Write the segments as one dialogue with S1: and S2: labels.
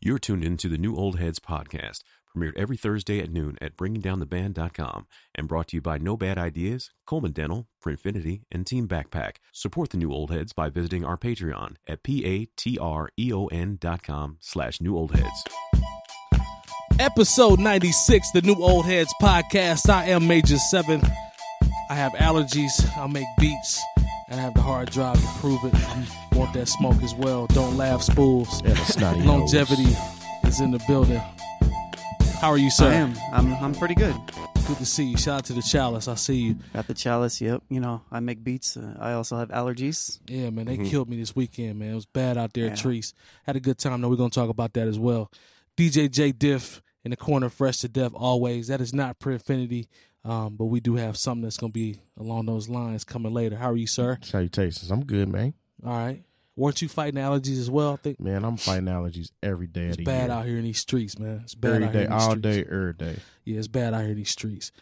S1: You're tuned into the New Old Heads podcast, premiered every Thursday at noon at bringingdowntheband.com and brought to you by No Bad Ideas, Coleman Dental, Printfinity, and Team Backpack. Support the New Old Heads by visiting our Patreon at p-a-t-r-e-o-n E dot com slash New Old Heads.
S2: Episode 96, the New Old Heads Podcast. I am Major 7. I have allergies, I make beats, and I have the hard drive to prove it. I want that smoke as well. Don't laugh, spools.
S3: Yeah, the snotty nose.
S2: Longevity is in the building. How are you, sir?
S4: I am. I'm I'm pretty good.
S2: Good to see you. Shout out to the chalice. I see you.
S4: Got the chalice. Yep. You know, I make beats. Uh, I also have allergies.
S2: Yeah, man, they killed me this weekend, man. It was bad out there at Trees. Had a good time, though. We're going to talk about that as well. DJ J Diff in the corner, fresh to death, always. That is not Prefinity, um, but we do have something that's going to be along those lines coming later. How are you, sir?
S3: Salutations. I'm good, man.
S2: All right. Weren't you fighting allergies as well? I think
S3: Man, I'm fighting allergies every day.
S2: it's
S3: of the
S2: bad
S3: year.
S2: out here in these streets, man. It's bad
S3: Every
S2: out here
S3: day,
S2: in these
S3: all
S2: streets.
S3: day, every day.
S2: Yeah, it's bad out here in these streets.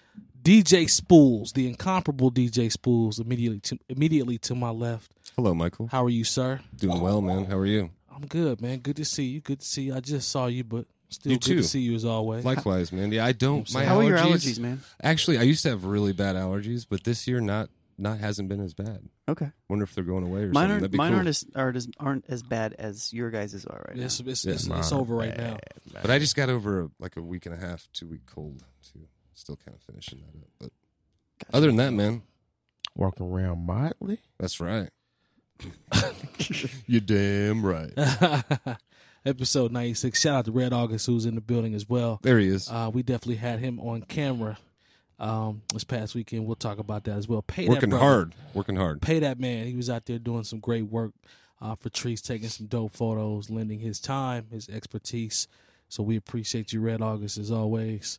S2: DJ Spools, the incomparable DJ Spools, immediately to, immediately to my left.
S5: Hello, Oh, Michael.
S2: How are you, sir?
S5: Doing well, man. How are you?
S2: I'm good, man. Good to see you. Good to see you. I just saw you, but still
S5: You
S2: good
S5: too.
S2: to see you as always.
S5: Likewise, man. Yeah, I don't. My
S4: How
S5: allergies,
S4: are your allergies, man?
S5: Actually, I used to have really bad allergies, but this year not not hasn't been as bad.
S4: Okay.
S5: Wonder if they're going away or
S4: Mine
S5: something.
S4: aren't
S5: That'd be
S4: mine
S5: cool.
S4: aren't as aren't as aren't as bad as your guys' are right now.
S2: it's, it's,
S5: Yeah,
S2: it's, it's over right now.
S5: but I just got over a, like a week and a half, two week cold too. Still kind of finishing that up. But other than that, man,
S3: Walking around mildly.
S5: that's right. You're damn right.
S2: Episode 96. Shout out to Red August, who's in the building as well.
S5: There he is.
S2: Uh, we definitely had him on camera um, this past weekend. We'll talk about that as well. Pay that
S5: Working
S2: brother.
S5: hard. Working hard.
S2: Pay that man. He was out there doing some great work uh, for Trees, taking some dope photos, lending his time, his expertise. So we appreciate you, Red August, as always.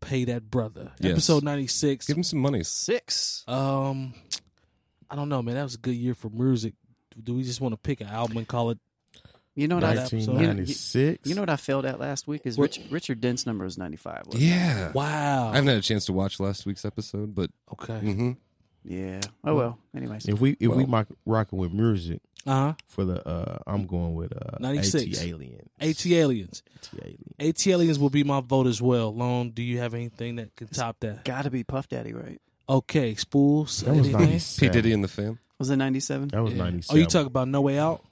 S2: Pay that brother.
S5: Yes.
S2: Episode 96.
S5: Give him some money.
S4: Six.
S2: Um, I don't know, man. That was a good year for music. Do we just want to pick an album and call it?
S4: You know what I
S2: episode.
S3: 1996.
S4: you know what I failed at last week is Rich, Richard Dent's number is ninety five.
S5: Yeah.
S2: Wow.
S5: I haven't had a chance to watch last week's episode, but
S2: okay.
S5: hmm
S4: Yeah. Oh well. Anyways.
S3: if we if we
S5: Well-
S3: mock, rocking with music
S2: Uh huh.
S3: for the, uh I'm going with uh,
S2: 96.
S3: 80 aliens.
S2: AT Aliens.
S3: AT aliens.
S2: AT Aliens will be my vote as well. Lone, do you have anything that can top that?
S4: Gotta be Puff Daddy, right?
S2: Okay, spools.
S3: That was
S2: anything?
S3: 97.
S5: P Diddy and the fam.
S4: Was it ninety seven?
S3: That was
S2: Yeah.
S3: 97.
S2: Oh, you talk about No Way Out?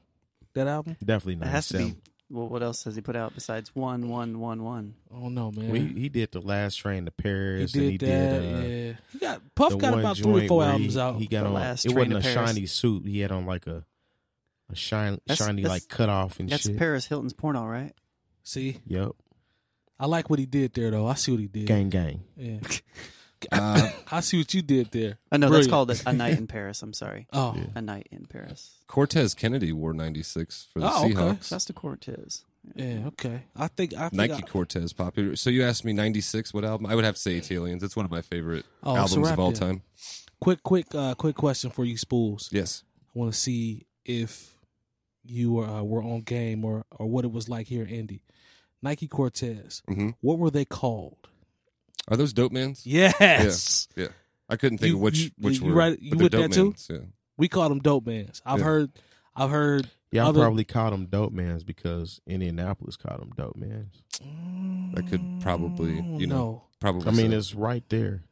S2: That album?
S3: Definitely
S4: It has to
S3: 97.
S4: be. Well, what else has he put out besides one, one, one, one?
S2: I don't know, man.
S3: Well, he, he did the last train to
S2: he
S3: Paris,
S2: did
S3: and he
S2: that.
S3: did. Uh,
S2: yeah. He got Puff
S3: the
S2: got
S3: one
S2: about three or
S3: joint
S2: four
S3: where he-
S2: albums out.
S3: He got
S4: The
S3: on.
S4: last
S3: it
S4: train
S3: wasn't a
S4: to Paris.
S3: shiny suit. He had on like a a shine,
S4: That's-
S3: shiny
S4: that's-
S3: like cut off and
S4: That's
S3: shit.
S4: Paris Hilton's porno, right?
S2: See,
S3: Yep.
S2: I like what he did there, though. I see what he did.
S3: Gang gang.
S2: Yeah.
S5: Uh,
S2: I see what you did there.
S4: I know
S2: Brilliant.
S4: Oh, that's called a, a night in Paris. I'm sorry,
S2: Oh,
S3: Yeah.
S4: a night in Paris.
S5: Cortez Kennedy wore 96 for the
S2: Oh, okay.
S5: Seahawks.
S4: That's the Cortez.
S2: yeah. Okay. I think I think
S5: Nike
S2: I,
S5: Cortez popular. So you asked me 96 what album? I would have to say Italians. It's one of my favorite
S2: Oh, it's a
S5: albums
S2: wrap
S5: of all
S2: then.
S5: time.
S2: quick, quick, uh, quick question for you, spools.
S5: Yes.
S2: I want to see if you were, uh, were on game or or what it was like here in Indy. Nike Cortez.
S5: Mhm.
S2: What were they called?
S5: Are those dope mans?
S2: Yes,
S5: Yeah. I couldn't think
S2: You-
S5: of which
S2: you-
S5: which
S2: you
S5: were.
S2: right-
S5: but
S2: you
S5: they're
S2: with
S5: dope
S2: that too?
S5: mans, Yeah.
S2: we call them dope bands. I've
S5: Yeah.
S2: heard, I've heard.
S3: Y'all
S2: Other-
S3: probably called them dope mans because Indianapolis called them dope mans.
S5: I could probably,
S2: Mm,
S5: you know,
S2: no.
S5: Probably.
S3: I mean,
S5: so.
S3: it's right there.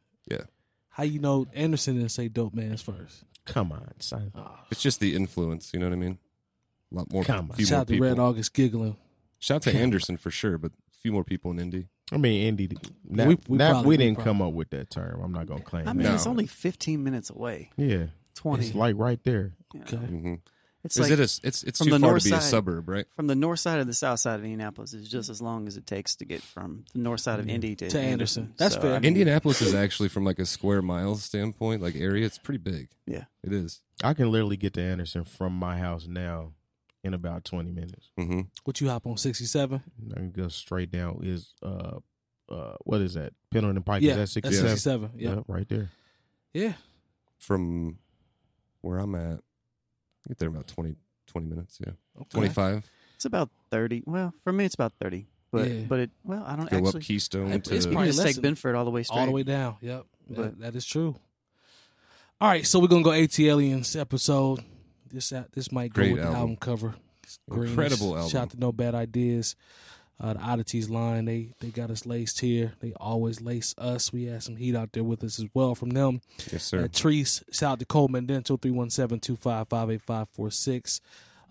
S2: how you know Anderson didn't say dope bands first.
S3: Come on, son.
S4: Oh.
S5: it's just the influence. You know what I mean? A lot more.
S3: Come on.
S5: few
S2: Shout
S5: more
S2: out to Red
S5: people.
S2: August giggling.
S5: Shout out to Anderson for sure, but a few more people in Indy.
S3: I mean, Indy. That,
S2: We-
S3: we,
S2: we
S3: that,
S2: probably-
S3: we
S2: we
S3: didn't
S2: probably-
S3: come up with that term. I'm not gonna claim.
S4: I mean,
S3: that.
S4: it's only 15 minutes away.
S3: yeah,
S4: 20.
S3: it's like right there.
S4: Yeah.
S2: Okay.
S5: hmm
S4: It's
S5: Is
S4: like
S5: it a, s- it's it's
S4: from
S5: too
S4: the
S5: far
S4: north
S5: to be a
S4: side.
S5: suburb, right?
S4: from the north side of the south side of Indianapolis is just as long as it takes to get from the north side of Indy to,
S2: To Anderson. That's fair.
S4: I mean,
S5: Indianapolis is actually from like a square mile standpoint, like area. It's pretty big.
S4: Yeah.
S5: it is.
S3: I can literally get to Anderson from my house now in about 20 minutes.
S5: Mm-hmm.
S2: What you hop on sixty seven?
S3: And I can go straight down. Is uh, uh, what is that? Pendleton Pike?
S2: Yeah,
S3: is that
S2: That's
S3: 67?
S2: sixty seven.
S3: Yeah,
S2: Yeah,
S3: right there.
S2: yeah.
S5: From where I'm at, I get there in about 20, 20 minutes. Yeah,
S2: Okay.
S5: twenty five.
S4: It's about 30. Well, for me, it's about 30. But
S2: Yeah.
S4: but it well, I don't
S5: Go
S4: actually.
S5: up Keystone
S2: It's-
S5: to
S2: it's
S4: you
S2: probably
S4: can just
S2: less
S4: take
S2: than-
S4: Benford all the way straight.
S2: all the way down. Yep,
S4: But-
S2: that, that is true. All right, so we're gonna go AT Aliens episode. This out- this might go
S5: Great
S2: with the
S5: album.
S2: album cover. Greenish.
S5: Incredible album.
S2: Shout out to No Bad Ideas. Uh, the Oddities line, they they got us laced here. They always lace us. We had some heat out there with us as well from them.
S5: Yes, sir.
S2: Uh, Treese, shout out to Coleman Dental, 317-255-8546.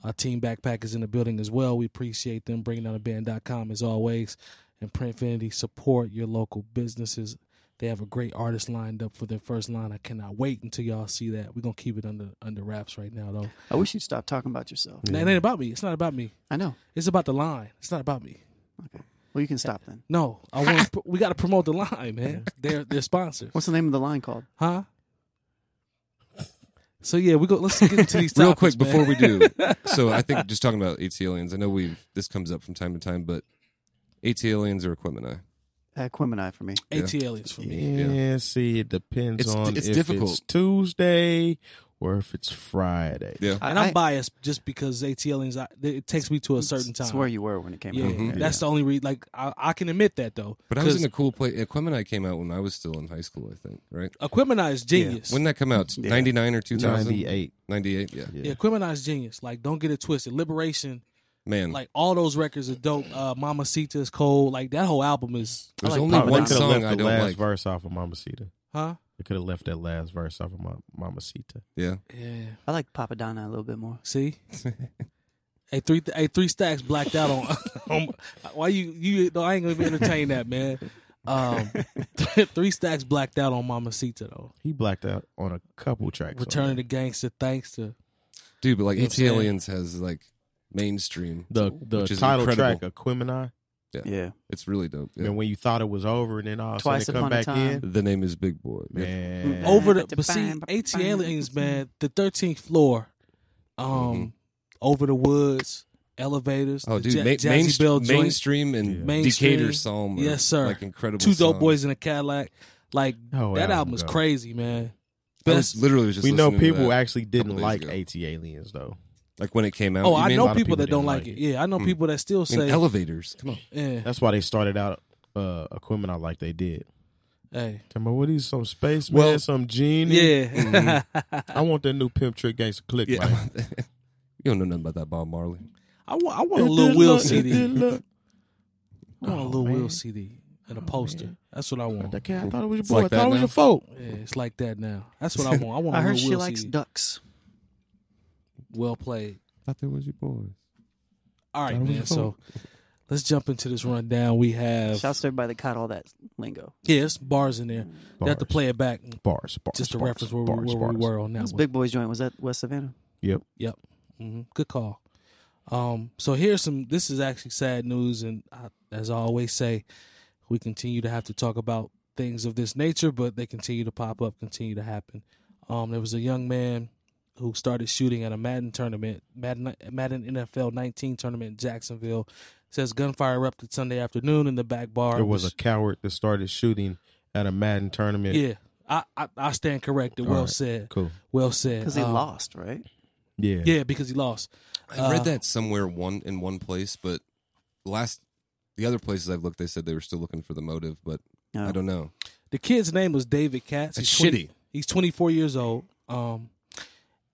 S2: Uh, Team Backpack is in the building as well. We appreciate them bringing down the band.com as always. And Printfinity, support your local businesses. They have a great artist lined up for their first line. I cannot wait until y'all see that. We're gonna keep it under under wraps right now though.
S4: I wish you'd stop talking about yourself.
S2: And It ain't about me. It's not about me.
S4: I know.
S2: It's about the line. It's not about me.
S4: Okay. Well, you can stop then.
S2: No, I want. we got to promote the line, man. They're they're sponsors.
S4: What's the name of the line called?
S2: Huh? So yeah, we go. Let's get into these
S5: Real
S2: topics,
S5: quick before
S2: man.
S5: we do. so I think just talking about AT aliens. I know we have this comes up from time to time, but AT aliens or Equipment Eye.
S4: Uh, Quemini for me.
S2: AT aliens for me.
S5: Yeah.
S3: Yeah, see, it depends
S5: It's-
S3: on
S5: it's
S3: if
S5: difficult.
S3: it's Tuesday or if it's Friday.
S5: Yeah.
S4: I-
S2: And I'm
S4: I-
S2: biased just because AT aliens. I, it takes me to a certain time.
S4: That's where you were when it came
S2: yeah,
S4: out.
S5: Mhm.
S2: that's the only reason. Like I, I can admit that though.
S5: But I was
S2: 'Cause
S5: in a cool place. Equipment Eye came out when I was still in high school. I think right.
S2: Equipmeni is genius.
S5: When that come out?
S4: Yeah.
S5: Ninety nine or two thousand?
S3: 98.
S5: Ninety eight. Yeah.
S2: yeah, Equipmeni is genius. Like don't get it twisted. Liberation,
S5: Man,
S2: like all those records are dope. Uh, Mama Sita is cold. Like that whole album is.
S5: there's
S4: like
S5: only
S4: Pop
S3: Probably
S5: one
S3: could have
S5: song
S3: left
S5: I
S3: the
S5: don't
S3: last
S5: like.
S3: verse off of Mamacita.
S2: Huh?
S3: They could have left that last verse off of Ma- Mamacita.
S5: Yeah.
S2: Yeah.
S4: I like Papa Donna a little bit more.
S2: See. Hey three, hey three stacks blacked out on. on why you you? No, I ain't gonna even entertain that, man. Um, three stacks blacked out on Mama Sita though.
S3: He blacked out on a couple tracks. on
S2: Return of
S3: that.
S2: the Gangster, thanks to
S5: Dude, but like
S2: You know what
S5: AT
S2: I'm saying?
S5: aliens has like mainstream.
S3: the
S5: which
S3: the
S5: is
S3: title
S5: incredible.
S3: track, Aquemini.
S4: Yeah.
S5: It's really dope.
S3: And
S5: Yeah.
S3: when you thought it was over, and then all of a
S4: Twice
S3: sudden it come
S4: upon a
S3: back
S4: time.
S5: The name is Big Boy.
S3: in. Man,
S2: over the. But see, AT aliens, man. The thirteenth floor, um,
S3: Mm-hmm.
S5: Mhm.
S2: over the woods, elevators.
S5: Oh,
S2: the
S5: dude,
S2: Ja-
S5: ma-
S2: Jazzy
S5: mainst-
S2: Bell joint,
S5: mainstream and
S3: Yeah.
S2: Mainstream.
S5: Decatur Psalm. are,
S2: Yes, sir.
S5: Like incredible.
S2: two dope
S5: songs.
S2: boys in a Cadillac. Like
S3: uh, Oh,
S2: that
S3: album
S2: album is
S3: go.
S2: crazy, man.
S5: I
S2: Best.
S5: was literally was just
S3: we know
S5: listening to
S3: people
S5: that,
S3: actually didn't
S5: days
S3: like
S5: ago.
S3: AT Aliens though.
S5: like when it came out.
S2: Oh,
S5: you
S2: I
S5: mean?
S2: know
S3: lot of
S2: people
S3: people
S2: that don't
S3: didn't
S2: like
S3: like
S2: it.
S3: it. Mm.
S2: Yeah, I know
S5: Hmm.
S2: people that still
S5: I mean,
S2: say, eh,
S5: elevators. Come on.
S2: yeah,
S3: That's why they started out uh, Aquemini like they did.
S2: hey,
S3: Come on, what is some space
S5: Well-
S3: man, some genie? Mm-hmm.
S2: yeah.
S3: I want that new pimp trick gangster click.
S5: Yeah.
S3: man.
S5: you don't know nothing about that Bob Marley.
S2: I want, I want
S3: It
S2: a Lil
S3: did
S2: Will
S3: look- it did
S2: CD.
S3: look-
S2: I want a
S3: Oh,
S2: Lil
S3: man. Oh,
S2: Will CD and a poster.
S3: man.
S2: That's what I want.
S3: Okay, I thought it was your
S5: It's
S3: boy.
S5: like
S3: I thought
S5: that
S3: it was
S5: now.
S3: your folk.
S2: Yeah, it's like that now. That's what I want. I want.
S4: I
S2: a
S4: heard
S2: Lil
S4: she
S2: Will
S4: likes
S2: CD.
S4: ducks.
S2: well played.
S5: thought there was your boy.
S2: All right,
S5: Thought it was
S2: man.
S5: a
S2: So
S5: phone.
S2: let's jump into this rundown. We have
S4: Shouts to everybody that caught all that lingo.
S2: yeah, it's bars in there. They have to
S3: Bars.
S2: play it back
S3: Bars, bars,
S2: just to
S3: bars,
S2: reference where,
S3: bars,
S2: we, where
S3: bars.
S2: we were on that
S4: This
S2: one.
S4: big boys joint was that West Savannah.
S3: Yep.
S2: hmm Good call. Um, so here's some. This is actually sad news, and I, as I always say, we continue to have to talk about things of this nature, but they continue to pop up, continue to happen. Um, there was a young man who started shooting at a Madden tournament, Madden, Madden NFL 19 tournament in Jacksonville. says gunfire erupted Sunday afternoon in the back bar.
S3: There was
S2: which-
S3: a coward that started shooting at a Madden tournament.
S2: yeah. I, I I stand corrected.
S3: All
S2: Well
S3: right.
S2: said.
S3: Cool.
S2: Well said.
S4: Because they
S2: Um,
S4: lost, right?
S3: Yeah.
S2: Yeah, because he lost.
S5: I
S2: Uh,
S5: read that somewhere one in one place, but last the other places I've looked, they said they were still looking for the motive, but
S4: No.
S5: I don't know.
S2: The kid's name was David Katz.
S5: That's
S2: 20
S5: shitty.
S2: He's 24 years old. Um,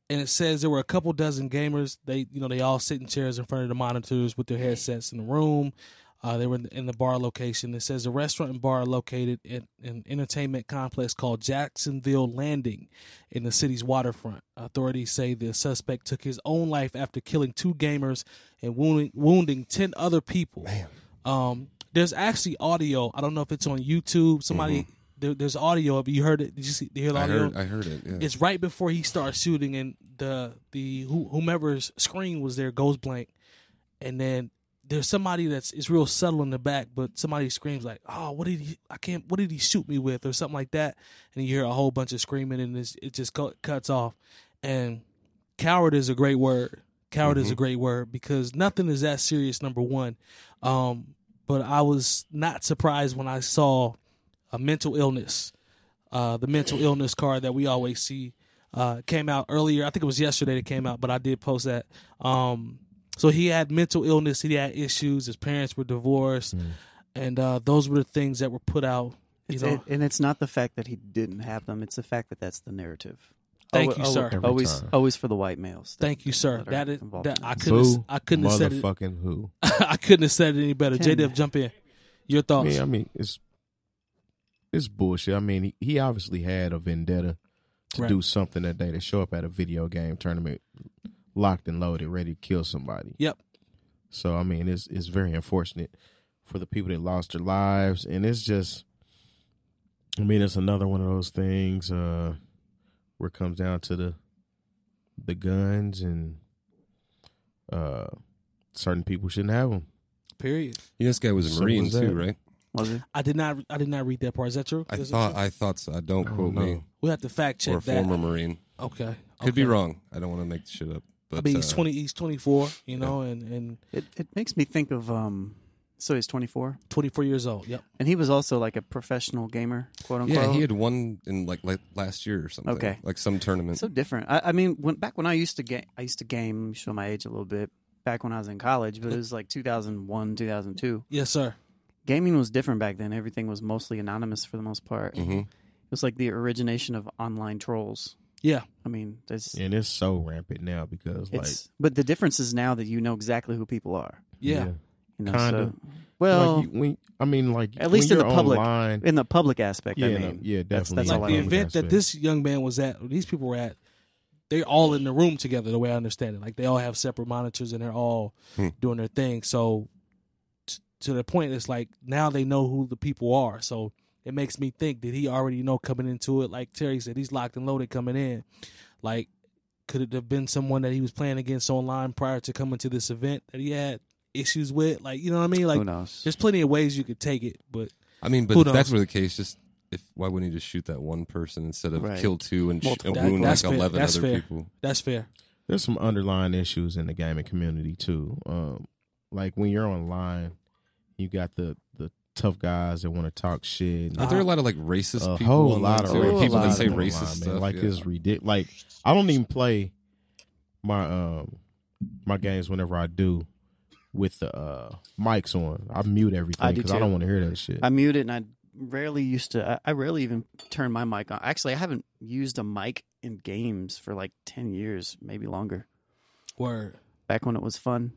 S2: and it says there were a couple dozen gamers. They, you know, they all sit in chairs in front of the monitors with their headsets in the room. Uh, they were in- in the bar location. It says the restaurant and bar are located at an entertainment complex called Jacksonville Landing in the city's waterfront. Authorities say the suspect took his own life after killing two gamers and wounding, wounding 10 other people. Um, there's actually audio. I don't know if it's on YouTube. Somebody, there, there's audio. Have you heard it? Did you see? Did you hear the
S5: Mm-hmm. I
S2: audio?
S5: heard I heard it. Yeah.
S2: it's right before he starts shooting, and the the who- whomever's screen was there goes blank, and then there's somebody that's it's real subtle in the back, but somebody screams like, "Oh, what did he? I can't. What did he shoot me with?" or something like that, and you hear a whole bunch of screaming, and it's, it just co- cuts off. And coward is a great word. Coward is a great word because nothing is that serious. Number one, um, but I was not surprised when I saw a mental illness uh, the mental illness card that we always see uh, came out earlier. I think it was yesterday that came out, but I did post that. Um, so he had mental illness. He had issues. His parents were divorced,
S5: Mm.
S2: and uh, those were the things that were put out. You
S4: It's-
S2: know,
S4: it- and it's not the fact that he didn't have them; it's the fact that that's the narrative.
S2: Thank
S4: Alwa-
S2: you,
S4: alwa-
S2: sir.
S3: Every
S4: Always,
S3: time.
S4: always for the white males. that-
S2: Thank you, sir.
S4: that are
S2: That is
S4: involved
S2: that
S4: in
S2: I
S4: this.
S2: couldn't
S3: Boo
S2: I couldn't have said it
S3: Motherfucking who?
S2: I couldn't have said it any better. J
S4: Ten.
S2: Def, jump in. Your
S3: I
S2: thoughts?
S3: mean, I mean, it's it's bullshit. I mean, he, he obviously had a vendetta to
S2: Right.
S3: do something that day to show up at a video game tournament, locked and loaded, ready to kill somebody.
S2: Yep.
S3: So I mean, it's it's very unfortunate for the people that lost their lives, and it's just, I mean, it's another one of those things uh, where it comes down to the the guns and uh, certain people shouldn't have them.
S2: Period.
S5: You know, this guy was a
S3: Simple
S5: Marine
S3: as that.
S5: too, right?
S4: Was it?
S2: I did not I did not read that part. Is that true?
S5: I
S2: Is it
S5: thought
S2: true?
S5: I thought so. I don't
S3: I don't
S5: quote me.
S3: know.
S2: we have to fact
S5: Or a
S2: check that.
S5: former Marine.
S2: Okay.
S5: Could be
S2: Okay.
S5: wrong. I don't want to make shit up. But
S2: I mean, he's
S5: uh,
S2: twenty. He's twenty four. You know, and and
S4: It it makes me think of um. So he's 24,
S2: twenty four years old. Yep.
S4: and he was also like a professional gamer, quote unquote.
S5: Yeah, he had won in like, like last year or something.
S4: Okay.
S5: like some tournament.
S4: so different. I, I mean, when back when I used to game, I used to game. Show my age a little bit. Back when I was in college, but it was like 2001, 2002.
S2: Yes, sir.
S4: Gaming was different back then. Everything was mostly anonymous for the most part.
S5: hmm
S4: It was like the origination of online trolls.
S2: Yeah.
S4: I mean, that's
S3: And it's so rampant now because like
S4: it's. But the difference is now that you know exactly who people are.
S2: Yeah.
S4: You know,
S3: Kinda.
S4: so- well,
S3: like you, when I mean like
S4: At least
S3: when
S4: in the
S3: you're
S4: public.
S3: online,
S4: in the public aspect,
S3: yeah,
S4: I
S3: no,
S4: mean,
S3: yeah,
S4: that's-
S3: definitely.
S4: that's all
S2: Like the
S4: I know.
S2: event that this young man was at, or these people were at, they're all in the room together. The way I understand it, like they all have separate monitors and they're all
S5: Hmm.
S2: doing their thing. So t- to the point, it's like now they know who the people are. So it makes me think did he already know coming into it? Like Terry said, he's locked and loaded coming in. Like, could it have been someone that he was playing against online prior to coming to this event that he had issues with? Like, you know what I mean?
S4: who
S2: Like,
S4: knows?
S2: there's plenty of ways you could take it, but
S5: I mean, but
S2: Who
S5: if that's
S2: knows?
S5: were the case, just if why wouldn't he just shoot that one person instead of
S4: Right.
S5: kill two and, sh-
S4: Multiple
S5: and
S2: That-
S5: wound like
S2: that's fair.
S5: eleven
S2: That's
S5: other
S2: fair.
S5: people?
S2: that's fair.
S3: There's some underlying issues in the gaming community too. Um, like when you're online, you got the the tough guys that want to talk shit. and
S5: Aren't
S2: Uh,
S5: there a lot of like racist
S3: a
S5: people?
S3: whole
S5: online,
S3: lot of
S5: too, or
S3: racist
S5: people
S4: lot
S5: that
S4: of
S5: say
S3: people
S5: racist
S3: online, man.
S5: stuff.
S3: Like
S5: yeah.
S3: it's ridiculous. Like I don't even play my um my games whenever I do with the uh, mics on. I mute everything
S4: I do
S3: because I
S4: too.
S3: don't want to hear that shit.
S4: I mute it, and I rarely used to. I, I rarely even turn my mic on. Actually, I haven't used a mic in games for like ten years, maybe longer.
S2: Word.
S4: Back when it was fun.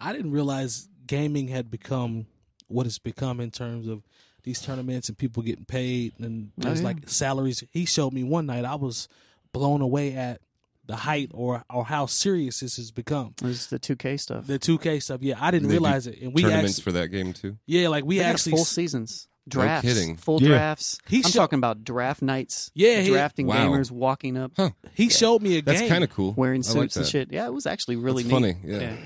S2: I didn't realize gaming had become what it's become in terms of these tournaments and people getting paid and
S4: Oh,
S2: there's
S4: yeah.
S2: like salaries. He showed me one night I was blown away at the height or or how serious this has become.
S4: It was the two K stuff.
S2: The 2K stuff, yeah, I didn't
S5: They do
S2: realize it, and we
S5: tournaments
S2: actually,
S5: for that game too.
S2: yeah, like we
S4: They got
S2: actually,
S4: full seasons, drafts,
S5: kidding.
S4: full
S3: Yeah.
S4: drafts.
S2: He
S4: I'm
S2: sho-
S4: talking about draft nights.
S2: Yeah, he-
S4: drafting
S5: Wow.
S4: gamers walking up,
S5: Huh.
S2: he showed me a
S5: That's
S2: game,
S5: kind of cool.
S4: wearing
S5: I
S4: suits
S5: like
S4: and
S5: that.
S4: shit. Yeah, it was actually really
S5: That's
S4: neat.
S5: funny. Yeah.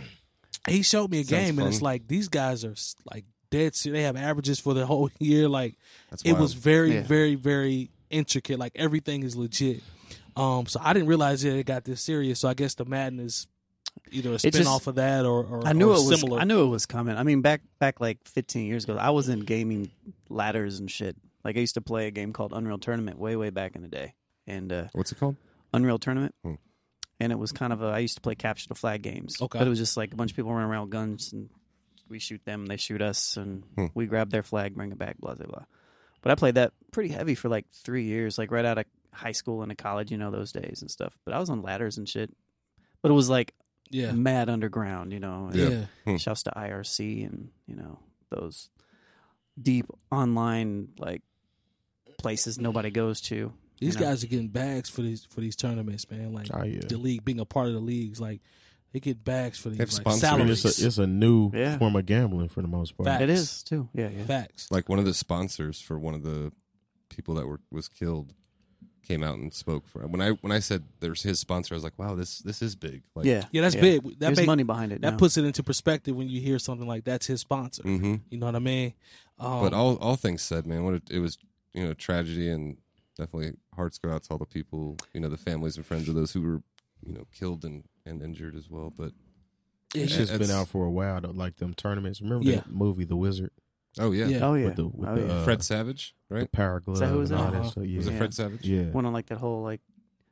S2: he showed me a
S5: Sounds
S2: game, and it's
S5: fun.
S2: like these guys are s- like dead. serious. They have averages for the whole year, like
S5: That's
S2: it
S5: wild.
S2: was very
S4: Yeah.
S2: very very intricate like everything is legit um so i didn't realize that it got this serious so i guess the madden is either a
S4: just-
S2: spin off of that or, or
S4: I knew
S2: or
S4: it was.
S2: similar
S4: I knew it was coming. I mean, back back like 15 years ago, I was in gaming ladders and shit. Like I used to play a game called Unreal Tournament way way back in the day, and uh,
S5: What's it called?
S4: Unreal Tournament,
S5: Hmm.
S4: and it was kind of a. I used to play capture the flag games.
S2: Okay.
S4: but it was just like a bunch of people running around with guns, and we shoot them, and they shoot us, and
S5: Hmm.
S4: we grab their flag, bring it back, blah blah blah. But I played that pretty heavy for like three years, like right out of high school into college, you know, those days and stuff. But I was on ladders and shit. But it was like
S2: yeah
S4: mad underground, you know. and-
S2: yeah,
S5: Hmm.
S4: Shouts to IRC and you know those deep online like places nobody goes to.
S2: these
S4: You know.
S2: guys are getting bags for these for these tournaments man like
S3: oh yeah.
S2: the league being a part of the leagues like they get bags for these
S5: have
S2: like
S5: sponsors.
S3: I mean, it's
S2: salaries
S3: a it's a new
S4: Yeah.
S3: form of gambling for the most part.
S2: Fact.
S4: It is too. Yeah, yeah.
S2: facts
S5: Like one of the sponsors for one of the people that were was killed came out and spoke for when I when I said there's his sponsor, I was like, wow, this this is big. Like,
S4: yeah,
S2: yeah that's
S4: yeah.
S2: big that
S4: There's
S2: make,
S4: money behind it.
S2: that
S4: now.
S2: puts it into perspective when you hear something like that's his sponsor
S5: hmm
S2: you know what i mean um,
S5: but all all things said, man, what a, it was, you know, tragedy and definitely hearts go out to all the people, you know, the families and friends of those who were, you know, killed and, and injured as well. But
S2: yeah,
S3: It's
S5: Yeah,
S3: just been
S5: it's-
S3: out for a while, though, like them tournaments. Remember
S2: Yeah.
S3: that movie, The Wizard,
S5: oh yeah,
S2: Yeah.
S4: Oh yeah.
S3: with the with
S4: oh,
S3: the,
S4: yeah.
S3: uh,
S5: Fred Savage,
S3: the
S5: right?
S3: power glove
S4: that who was
S3: and
S4: in
S3: all
S4: it?
S3: that stuff. Yeah,
S5: Was it
S4: Yeah.
S5: Fred Savage?
S3: yeah,
S4: Went on like that whole like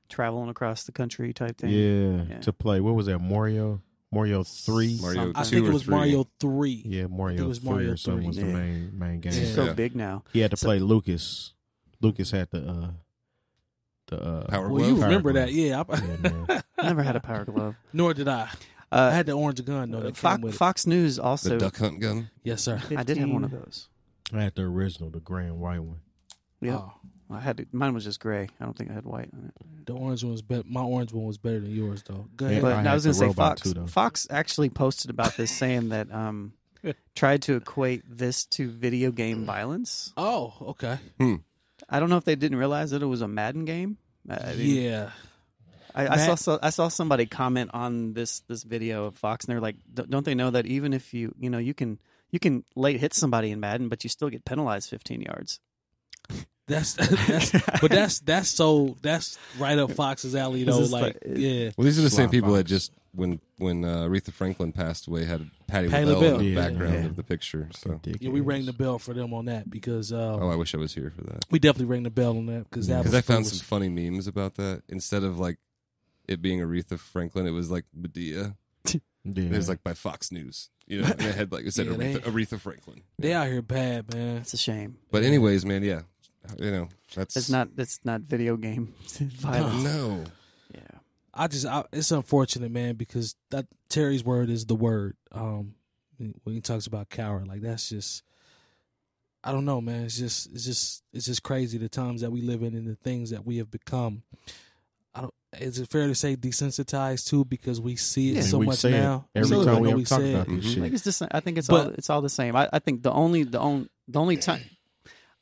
S4: traveling across the country type thing.
S3: yeah,
S4: Yeah.
S3: To play, what was that? Mario, Mario three.
S5: Mario
S2: i
S5: two
S2: think
S5: or
S2: it was
S5: three.
S2: mario 3
S3: Yeah, Mario
S2: was
S3: three
S2: Mario
S3: or something was the
S4: three. Yeah.
S3: main main game.
S4: It's
S2: Yeah.
S4: so big now.
S3: He had to
S4: So-
S3: play Lucas. Lucas had to uh the uh,
S5: Power
S2: Well,
S5: glove.
S2: you
S3: Power
S2: remember
S3: glove.
S2: that, yeah. I-
S3: Yeah, man.
S4: I never had a power glove.
S2: Nor did I. I
S4: Uh,
S2: had the orange gun though. That
S4: Fox,
S2: came with it.
S4: Fox News
S5: The
S4: also.
S5: duck hunt gun.
S2: Yes, sir.
S4: Uh, I did have one of
S6: 15.
S4: those.
S3: I had the original, the grand white one.
S4: Yeah,
S2: Oh,
S4: I had mine was just gray. I don't think I had white on it.
S2: the orange one was better. My orange one was better than yours though. Go ahead.
S3: Yeah,
S4: But
S3: I
S4: I,
S3: had
S4: was
S3: the
S4: going to say
S3: robot
S4: Fox.
S3: too, though.
S4: Fox actually posted about this, saying that um, tried to equate this to video game violence.
S2: oh, okay.
S4: I don't know if they didn't realize that it was a Madden game. I, I mean,
S2: yeah.
S4: I, I saw
S2: Matt-
S4: so, I saw somebody comment on this this video of Fox, and they're like, "Don't- "Don't they know that even if you you know you can you can late hit somebody in Madden, but you still get penalized 15 yards."
S2: That's that's but that's that's so that's right up Fox's alley
S4: This
S2: though.
S4: is
S2: Like,
S4: like-
S2: yeah.
S5: Well, these are the
S3: Sly
S5: same people that
S3: Fox.
S5: just when when uh, Aretha Franklin passed away had Patty
S2: Patti
S5: LaBelle,
S2: LaBelle.
S5: in the
S3: Yeah.
S5: background
S3: Yeah.
S5: of the picture. So,
S2: Yeah, we rang the bell for them on that because uh,
S5: oh, I wish I was here for that
S2: we definitely rang the bell on that because that
S5: because
S2: was
S5: I found
S2: was-
S5: some funny memes about that. Instead of like it being Aretha Franklin, it was like Medea.
S3: Yeah.
S5: And It was like by Fox News, you know, and it had like it said
S2: Yeah, they-
S5: Aretha, Aretha Franklin.
S2: They out here bad, man.
S4: It's a shame.
S5: But anyways, man, yeah, you know that's
S4: It's not it's not video game violence.
S5: no.
S4: Yeah,
S2: I just I, it's unfortunate, man, because that Terry's word is the word. Um, when he talks about coward, like that's just I don't know, man. It's just it's just it's just crazy the times that we live in and the things that we have become. I don't. Is it fair to say desensitized too because we see it
S3: And
S2: so
S3: we
S2: much
S3: say it
S2: now?
S3: every
S2: So
S4: Absolutely.
S3: time
S2: I
S3: we
S2: know
S3: ever talk
S2: say
S3: about
S2: it.
S5: Mhm.
S3: this
S4: I think
S3: shit.
S4: it's just I think it's
S2: But-
S4: all it's all the same. I, I think the only the only the only time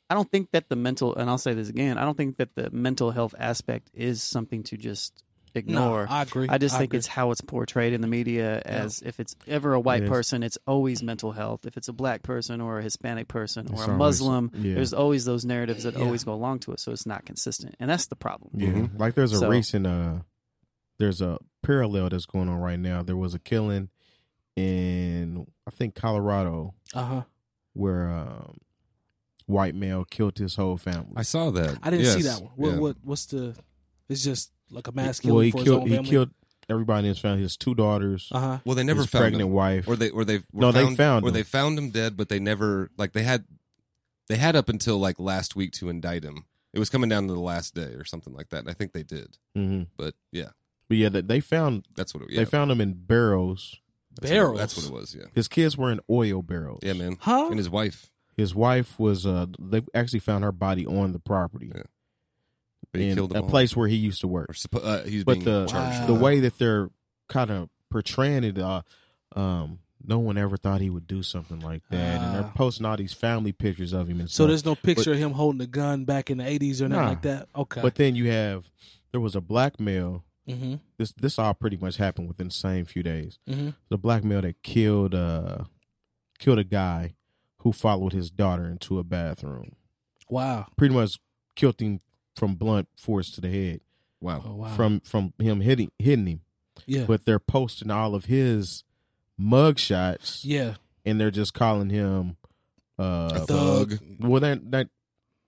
S4: I don't think that the mental and I'll say this again. I don't think that the mental health aspect is something to just ignore.
S2: No, I agree.
S4: I just think
S2: agree.
S4: it's how it's portrayed in the media as if it's ever a white
S3: Yes.
S4: person, it's always mental health. If it's a black person or a Hispanic person
S3: It's
S4: or a
S3: always-
S4: Muslim,
S3: yeah.
S4: there's always those narratives that
S2: Yeah.
S4: always go along to it. So it's not consistent. And that's the problem.
S3: Yeah, Mm-hmm. like there's a
S4: So-
S3: recent uh, there's a parallel that's going on right now. There was a killing in I think Colorado
S2: uh-huh.
S3: where um, white male killed his whole family.
S5: I saw that.
S2: I didn't see
S5: Yes.
S2: that one. What,
S5: Yeah.
S2: what what's the? It's just like a mass
S3: well,
S2: killing
S3: he
S2: for
S3: killed
S2: his
S3: he
S2: own family.
S3: killed everybody in his family. His two daughters,
S2: uh huh.
S5: Well, they never
S3: his
S5: found
S3: pregnant
S5: him.
S3: wife.
S5: or they or they were
S3: No, they
S5: found,
S3: found
S5: or
S3: him.
S5: they found him dead, but they never like they had they had up until like last week to indict him. It was coming down to the last day or something like that, and I think they did.
S3: Mhm.
S5: But yeah,
S3: But yeah, they, they found
S5: that's what it. Yeah,
S3: they found him in barrels.
S5: that's What
S2: barrels.
S5: it, that's what it was. Yeah,
S3: His kids were in oil barrels.
S5: yeah, man.
S2: Huh?
S5: And his wife,
S3: His wife was uh they actually found her body on the property
S5: Yeah. but he
S3: in
S5: killed them
S3: a
S5: all.
S3: place where he used to work.
S5: Or suppo- uh, he's
S3: But
S5: being
S3: the-
S5: charged.
S2: Wow.
S5: with
S3: the
S5: that.
S3: way that they're kind of portraying it, uh, um, no one ever thought he would do something like that. and they're
S2: Ah.
S3: posting all these family pictures of him and
S2: So
S3: stuff.
S2: there's no picture of him holding a gun back in the 80s or nothing
S3: Nah.
S2: like that. Okay.
S3: But then you have there was a black male.
S2: mm-hmm.
S3: This this all pretty much happened within the same few days.
S2: Mm-hmm.
S3: The black male that killed uh killed a guy who followed his daughter into a bathroom.
S2: Wow.
S3: Pretty much killed him from blunt force to the head
S5: wow.
S2: Oh, wow.
S3: uh, from from him hitting hitting him.
S2: yeah.
S3: But they're posting all of his mug shots.
S2: yeah.
S3: and they're just calling him uh
S5: A thug.
S3: well they're, they're,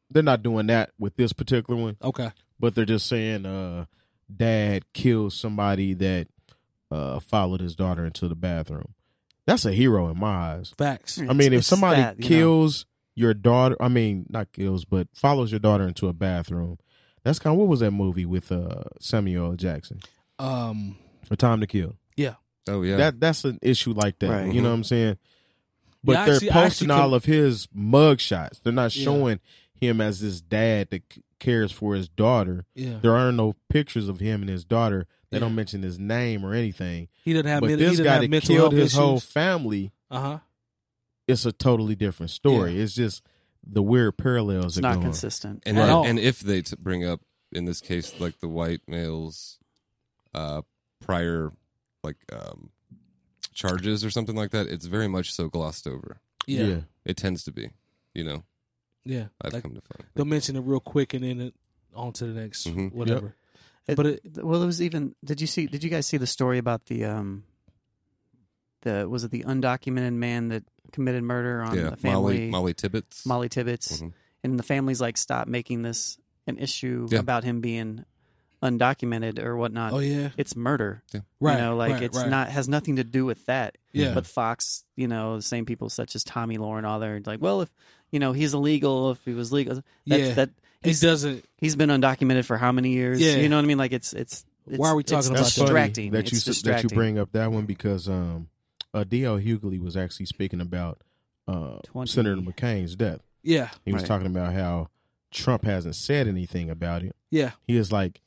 S3: they're not doing that with this particular one
S2: Okay.
S3: but they're just saying uh dad killed somebody that uh followed his daughter into the bathroom that's a hero in my eyes
S2: Facts.
S3: i mean if
S4: It's- it's
S3: somebody
S4: that, you know.
S3: kills your daughter i mean not kills but follows your daughter into a bathroom that's kind of what was that movie with uh samuel L. jackson
S4: Hmm.
S2: Um.
S3: a time to kill
S5: Oh yeah.
S3: that that's an issue like that.
S4: Right.
S3: You know what I'm saying? But
S2: Yeah, I
S3: they're
S2: actually- I
S3: posting
S2: actually
S3: all
S2: com-
S3: of his mug shots. They're not
S2: Yeah.
S3: showing him as this dad that c- cares for his daughter.
S2: Yeah.
S3: There are no pictures of him and his daughter. They
S2: Yeah.
S3: don't mention his name or anything.
S2: He didn't have.
S3: but
S2: men- he
S3: this
S2: didn't
S3: guy
S2: have
S3: that
S2: mental
S3: killed
S2: health
S3: his
S2: issues.
S3: whole family,
S2: Uh huh.
S3: it's a totally different story. It's just the weird parallels
S4: It's
S3: that
S4: not
S3: go on.
S4: consistent.
S5: and
S2: At
S5: if-
S2: all.
S5: and if they t- bring up in this case like the white males uh prior like um charges or something like that it's very much so glossed over
S2: Yeah. Yeah.
S5: it tends to be you know i've
S2: Like,
S5: come to find
S2: they'll mention it real quick and then it, on to the next
S5: Mhm.
S2: whatever.
S4: It-
S2: But it,
S4: Well, it was even. Did you see? Did you guys see the story about the um, the was it the undocumented man that committed murder on
S5: yeah
S4: the
S5: molly
S4: family
S5: molly tibbetts
S4: Molly Tibbetts,
S2: Mm-hmm.
S5: Mhm.
S4: and the family's like, stop making this an issue
S5: Yeah.
S4: about him being undocumented or whatnot.
S2: oh yeah.
S4: It's murder,
S2: Right.
S4: you know. Like
S2: right,
S4: it's
S2: right.
S4: not has nothing to do with that.
S2: Yeah.
S4: But Fox, you know, the same people such as Tommy Lauren, all they're like, well, if you know he's illegal, if he was legal, that's,
S2: yeah.
S4: that
S2: It doesn't.
S4: He's been undocumented for how many years?
S2: Yeah.
S4: You know what I mean? Like it's it's. it's
S2: Why are we
S4: it's
S2: talking about
S3: That's
S2: that?
S3: funny
S4: distracting.
S3: that you
S4: It's
S3: s- that you
S4: distracting.
S3: bring up that one because um, uh, D.L. Hughley was actually speaking about uh,
S4: 20.
S3: Senator McCain's death.
S2: Yeah,
S3: He was
S4: Right.
S3: talking about how Trump hasn't said anything about it.
S2: yeah.
S3: He is like,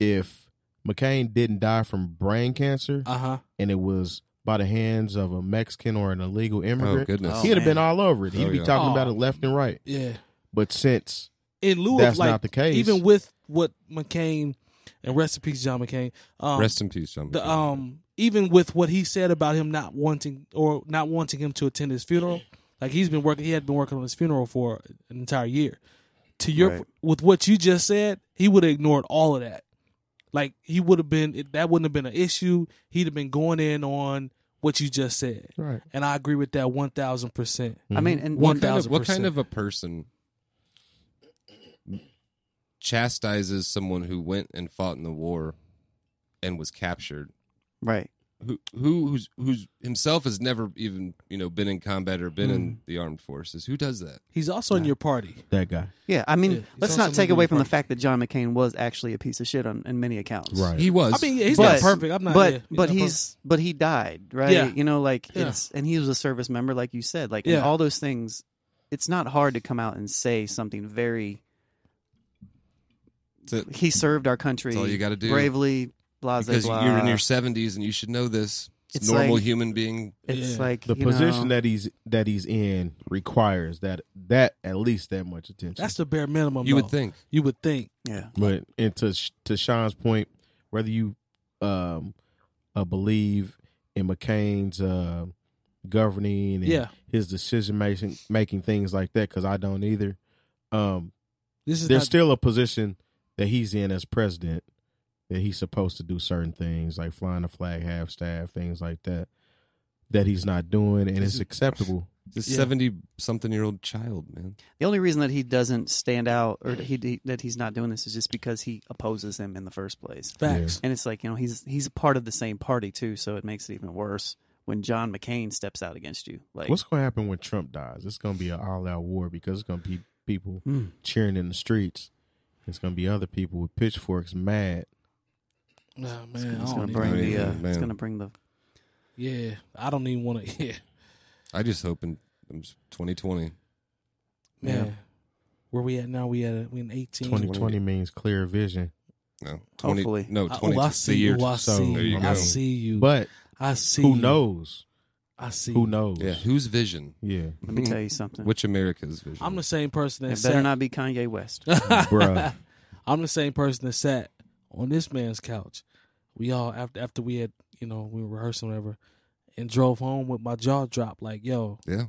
S3: if McCain didn't die from brain cancer
S2: Uh huh.
S3: and it was by the hands of a Mexican or an illegal
S5: Oh
S3: immigrant,
S5: goodness.
S4: Oh,
S3: he'd have
S4: man.
S3: been all over it. He'd
S5: Oh,
S3: be
S5: yeah.
S3: talking
S2: Aw.
S3: about it left and right.
S2: Yeah.
S3: But since
S2: In lieu
S3: that's
S2: of like
S3: not the case,
S2: even with what McCain and rest in peace, John McCain. Um,
S5: Rest in peace, John.
S2: the
S4: uh,
S5: McCain.
S2: um even with what he said about him not wanting or not wanting him to attend his funeral, like he's been working, he had been working on his funeral for an entire year. To your
S4: Right.
S2: with what you just said, he would have ignored all of that. Like he would have been it- that wouldn't have been an issue. He'd have been going in on what you just said,
S3: right.
S2: and I agree with that one thousand percent.
S4: I mean, and
S2: One
S5: what kind of what
S2: 1000%.
S5: kind of a person chastises someone who went and fought in the war and was captured
S4: right.
S5: who who who's who's himself has never even you know been in combat or been in the armed forces who does that
S2: He's also in your party.
S3: that guy,
S4: Yeah, I mean,
S2: Yeah, he's
S4: let's
S2: also
S4: not take
S2: moving
S4: away from the
S2: party.
S4: fact that John McCain was actually a piece of shit on in many accounts.
S3: right?
S5: he was
S2: I mean, yeah, he's not
S4: But-
S2: perfect. I'm not,
S4: but
S2: yeah,
S4: but
S2: not
S4: he's but he died, right?
S2: Yeah.
S4: You know, like
S2: Yeah.
S4: it's and he was a service member, like you said. Like and
S2: Yeah.
S4: all those things, it's not hard to come out and say something very
S5: That's it.
S4: he served our country
S5: That's all you gotta do.
S4: bravely, blah blah
S5: because
S4: blah.
S5: you're in your 70s and you should know this it's,
S4: It's
S5: normal
S4: like-
S5: human being
S4: it's
S2: Yeah.
S4: like
S3: the
S4: you
S3: position
S4: know,
S3: that he's that he's in requires that that at least that much attention.
S2: That's the bare minimum.
S5: you
S2: though.
S5: would think
S2: You would think.
S4: Yeah.
S3: but and to Sh- to Sean's point, whether you um uh, believe in McCain's uh, governing and
S2: Yeah.
S3: his decision making making things like that, because I don't either. Um,
S2: This is
S3: there's
S2: not,
S3: still a position that he's in as president that he's supposed to do certain things like flying the flag, half staff, things like that. That he's not doing, and it's acceptable.
S5: this
S2: Yeah.
S5: 70 something year old child man
S4: The only reason that he doesn't stand out or that he that he's not doing this is just because he opposes him in the first place.
S2: facts.
S4: And it's like, you know, he's he's a part of the same party too, so it makes it even worse when John McCain steps out against you. Like
S3: What's going to happen when Trump dies? It's going to be an all-out war because it's going to be people
S4: Hmm.
S3: cheering in the streets. It's going to be other people with pitchforks mad.
S2: Nah,
S4: it's,
S2: man, I don't
S4: gonna
S2: even-
S4: bring
S5: know.
S4: the uh,
S5: Yeah,
S4: it's
S5: man.
S4: gonna bring the
S2: Yeah, I don't even want to. Yeah,
S5: i just hope in in
S2: man.
S5: 2020
S4: Yeah.
S2: Where we at now? We at a, we in eighteen.
S3: 2020 means clear vision.
S5: no 20
S4: Hopefully.
S5: no
S2: I,
S5: 20
S2: oh, I
S5: the
S2: see
S5: year
S2: you. I
S3: so
S2: see
S5: there
S2: you.
S5: you
S2: I
S5: go.
S2: see you.
S3: But
S2: I see.
S3: who
S2: you.
S3: knows?
S2: I see.
S3: Who
S2: you.
S3: knows?
S5: yeah whose vision
S3: Yeah.
S4: let me tell you something.
S5: which america's vision
S2: I'm the same person that
S4: it
S2: sat.
S4: better not be Kanye West.
S3: Bruh.
S2: I'm the same person that sat on this man's couch. We all after after we had you know we were rehearsing whatever, and drove home with my jaw dropped. Like yo,
S5: yeah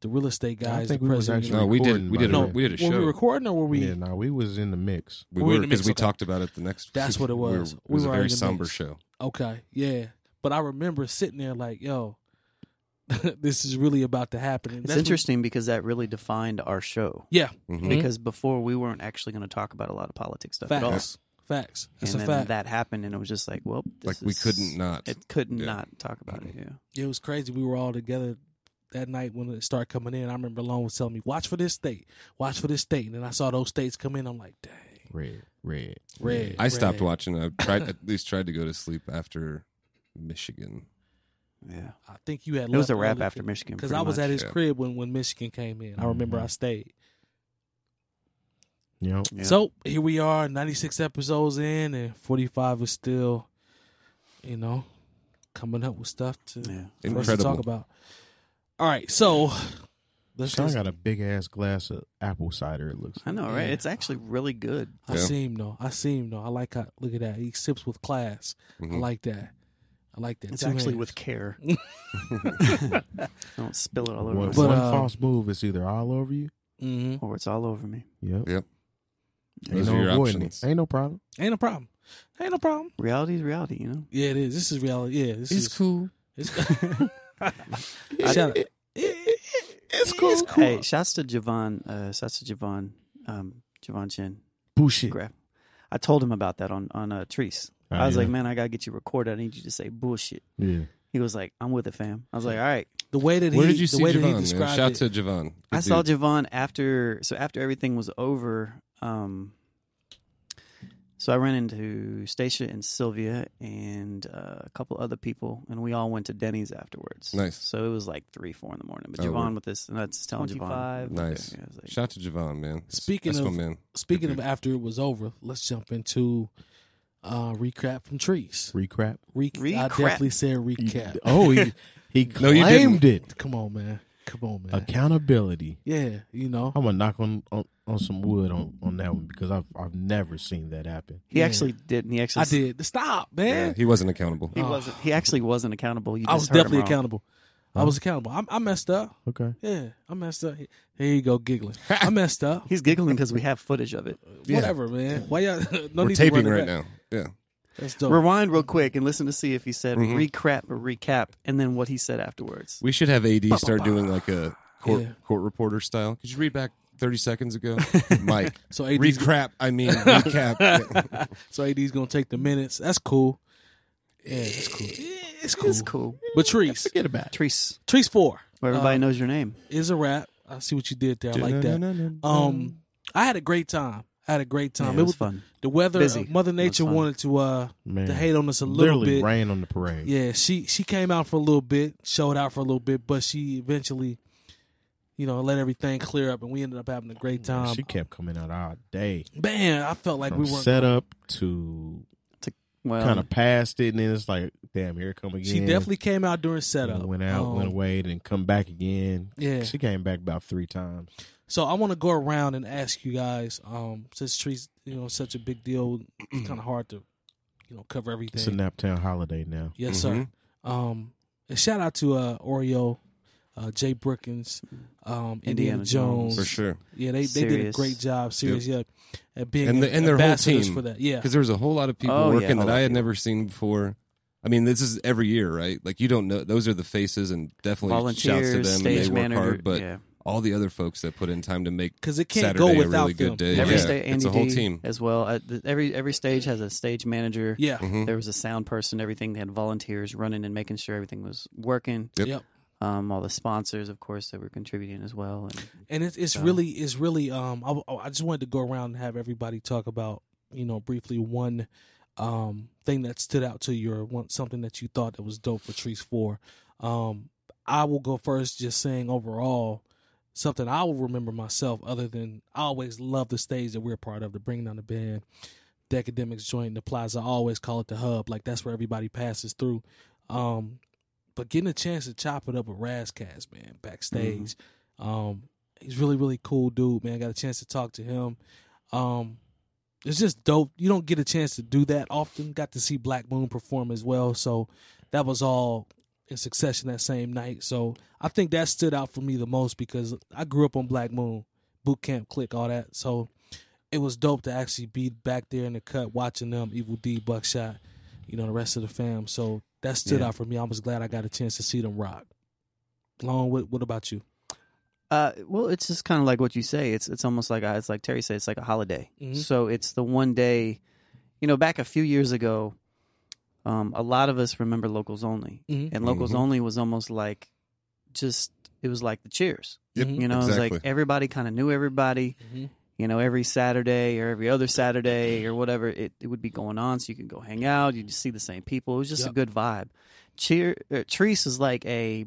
S2: the real estate
S3: I
S2: guy is the
S3: think we was
S2: president.
S3: actually-
S5: no we did
S3: recording,
S5: we
S3: by
S5: did
S3: the
S5: a,
S3: way.
S5: we did a show
S2: were we recording or were we?
S3: yeah, no, we was in the mix.
S5: We
S2: We're in
S5: were
S2: the
S5: because
S2: mix,
S5: we
S2: okay.
S5: talked about it the next.
S2: That's what it
S5: we were-
S2: was.
S5: it
S2: We
S5: was
S2: were
S5: a
S2: in
S5: very
S2: the
S5: somber
S2: mix.
S5: show.
S2: Okay, yeah. But I remember sitting there like, yo, this is really about to happen. And
S4: It's
S2: that's when-
S4: interesting because that really defined our show.
S2: yeah,
S5: Mhm.
S4: Because before we weren't actually going to talk about a lot of politics stuff at all, and
S2: facts. Facts. That's
S4: then
S2: a fact.
S4: that happened, and it was just like, well,
S5: Like
S4: this
S5: we
S4: is-
S5: couldn't not.
S4: it couldn't
S5: Yeah.
S4: not talk about it. Yeah,
S2: it was crazy. We were all together that night when it started coming in. I remember Lone was telling me, watch for this state, watch for this state. And then I saw those states come in. I'm like, dang,
S3: Red, red.
S2: red.
S5: I stopped
S2: red.
S5: watching. I tried at least tried to go to sleep after Michigan.
S4: yeah.
S2: I think you had
S4: It was
S2: left
S4: a wrap
S2: early
S4: after
S2: for-
S4: Michigan
S2: Because
S4: pretty
S2: I was
S4: much.
S2: at his
S5: yeah. Mm-hmm.
S2: crib when, when Michigan came in. I remember I stayed.
S3: You know,
S4: Yeah.
S2: So here we are, 96 episodes in, and 45 is still, you know, coming up with stuff to,
S4: yeah.
S2: for us to talk
S5: Incredible.
S2: about. All right, so let's
S3: Sean
S2: just,
S3: got a big ass glass of apple cider. It looks.
S4: I know, right?
S2: Yeah.
S4: It's actually really good.
S2: I
S5: Yeah.
S2: see him though. I see him though. I like how look at that. He sips with class. I
S5: Mhm.
S2: like that. I like that.
S4: It's
S2: Two
S4: actually
S2: hands.
S4: with care. Don't spill it all over
S3: One,
S4: me,
S2: But,
S3: one
S2: uh,
S3: false move is either all over you.
S2: Mhm.
S4: or it's all over me.
S3: Yep.
S5: Yep.
S3: Ain't
S5: Those are
S3: no
S5: your
S3: avoiding
S5: options.
S3: it. Ain't no problem.
S2: Ain't no problem. Ain't no problem.
S4: Reality is reality, you know.
S2: Yeah, it is. This is reality. Yeah, this is.
S5: cool.
S2: It's, Shout out.
S3: It's cool.
S2: It's cool.
S4: Hey, shouts to Javon. Uh, shouts to Javon. Um, Javon Chin.
S3: Bullshit.
S4: Graph. I told him about that on on uh, Treese.
S3: Oh,
S4: I was like, man, I gotta get you recorded. I need you to say bullshit.
S3: yeah.
S4: He was like, I'm with it, fam. I was like, all right,
S2: the way that
S5: Where
S2: he
S5: did you
S2: the
S5: see
S2: way that
S5: Javon?
S2: he
S5: man?
S2: described
S5: Shout
S2: it,
S5: to Javon. Good
S4: I saw
S5: dude.
S4: Javon after so after everything was over. Um, so I ran into Stacia and Sylvia and uh, a couple other people, and we all went to Denny's afterwards.
S5: Nice.
S4: So it was like three, four in the morning. But
S5: Oh,
S4: Javon
S5: we're-
S4: with this, and that's telling Javon.
S5: Nice.
S4: Yeah, I was like-
S5: Shout to Javon, man.
S2: Speaking
S5: That's
S2: of-
S5: my man.
S2: Speaking of
S5: Mhm.
S2: after it was over, let's jump into uh recap from trees.
S3: Recrap.
S2: Re- I
S4: Recrap.
S2: definitely said recap.
S3: Oh, he he
S5: No, you
S3: claimed it.
S2: Come on, man. Come on, man.
S3: Accountability.
S2: Yeah, you know.
S3: I'm gonna knock on, on, on some wood on, on that one because I've I've never seen that happen.
S4: He
S2: Yeah.
S4: actually didn't. He actually.
S2: I did. Stop, man.
S5: Yeah, he wasn't accountable.
S4: He
S2: Oh.
S4: wasn't. He actually wasn't accountable. You just
S2: I was
S4: heard him
S2: definitely
S4: wrong.
S2: accountable. I
S3: Huh?
S2: was accountable. I, I messed up.
S3: Okay.
S2: Yeah, I messed up. Here you go, giggling. I messed up.
S4: He's giggling because we have footage of it.
S2: Whatever, man. Why y'all? No
S5: We're
S2: need
S5: taping
S2: to run it
S5: right
S2: back.
S5: now. Yeah.
S2: That's dope.
S4: Rewind real quick and listen to see if he said
S5: Mhm.
S4: recrap or recap, and then what he said afterwards.
S5: We should have AD start doing like a court
S2: Yeah.
S5: court reporter style. Could you read back 30 seconds ago? Mike.
S2: so
S5: Read
S2: AD's,
S5: crap. I mean, recap.
S2: so AD's gonna take the minutes. That's cool. Yeah, it's cool. It's cool.
S4: It's cool.
S2: But trees,
S3: Forget about it.
S4: Trees,
S2: trees four Uh,
S4: where everybody
S2: Um,
S4: knows your name.
S2: is a wrap. I see what you did there. I like that. Um, I had a great time. I had a great time.
S4: Yeah, it was fun.
S2: The weather, uh,
S4: Busy.
S2: Mother
S4: It was
S2: Nature
S4: fun.
S2: wanted to uh
S3: Man,
S2: to hate on us a little
S3: literally
S2: bit.
S3: rain on the parade.
S2: Yeah, she she came out for a little bit, showed out for a little bit, but she eventually, you know, let everything clear up, and we ended up having a great
S3: Man,
S2: time.
S3: she kept coming out all day.
S2: Man, I felt um, like
S3: From
S2: we were.
S3: set up to
S4: Well,
S3: kind of past it, and then it's like, damn, here it come again.
S2: She definitely came out during
S3: And
S2: setup.
S3: went out,
S2: Um,
S3: went away, then come back again.
S2: Yeah.
S3: She came back about three times.
S2: So I want to go around and ask you guys, um, since trees, you know, such a big deal, it's kind of hard to, you know, cover everything.
S3: It's a Naptown holiday now.
S2: Yes, sir.
S5: Mm-hmm.
S2: Um, and shout out to uh, Oreo, uh, Jay Brookins, um, Indiana,
S4: Indiana
S2: Jones.
S4: Jones.
S5: For sure.
S2: Yeah, they, they did a
S4: Serious.
S2: great job. Serious, yeah, at being
S5: And the- and their whole
S2: ambassadors
S5: team.
S2: for that. Yeah,
S5: Because there was a whole lot of people
S4: Oh, yeah,
S5: working
S4: a
S5: that
S4: lot
S5: I
S4: of
S5: had
S4: people.
S5: never seen before. I mean, this is every year, right? Like you don't know; those are the faces, and definitely shouts to
S4: volunteers,
S5: them.
S4: stage
S5: and they work
S4: manager.
S5: hard, but
S4: yeah.
S5: all the other folks that put in time to make
S2: because it can't
S5: Saturday
S2: go
S5: a
S2: without
S5: really
S2: them.
S5: good day.
S4: every
S5: yeah,
S4: stage,
S5: it's
S4: Andy
S5: a whole
S4: D
S5: team.
S4: as well. Uh, th- every every stage has a stage manager.
S2: Yeah,
S5: Mhm.
S4: There was a sound person. Everything they had volunteers running and making sure everything was working.
S5: Yep.
S2: Yep.
S4: Um, all the sponsors, of course, that were contributing as well. And
S2: and it's it's
S4: So-
S2: really it's really um I, w- I just wanted to go around and have everybody talk about you know briefly one um thing that stood out to you or one something that you thought that was dope for trees for um i will go first just saying overall something i will remember myself other than i always love the stage that we're part of the bringing down the band the academics joint the plaza I always call it the hub like that's where everybody passes through um but getting a chance to chop it up with Razzcast, man backstage um he's really really cool dude man got a chance to talk to him um it's just dope you don't get a chance to do that often got to see black moon perform as well so that was all in succession that same night so i think that stood out for me the most because i grew up on black moon boot camp click all that so it was dope to actually be back there in the cut watching them evil d buckshot you know the rest of the fam so that stood
S4: Yeah.
S2: out for me i was glad i got a chance to see them rock long what, what about you
S4: Uh, well, it's just kind of like what you say. It's it's almost like a, it's like Terry said. It's like a holiday.
S2: Mhm.
S4: So it's the one day, you know. Back a few years ago, um, a lot of us remember locals only,
S2: Mhm.
S4: and locals
S5: Mhm.
S4: only was almost like just it was like the Cheers.
S5: Yep.
S2: Mhm.
S4: You know, it was like
S5: Exactly.
S4: everybody kind of knew everybody.
S2: Mhm.
S4: You know, every Saturday or every other Saturday or whatever it, it would be going on, so you could go hang out. You would see the same people. It was just
S2: Yep.
S4: a good vibe. Cheer, uh, Treese is like a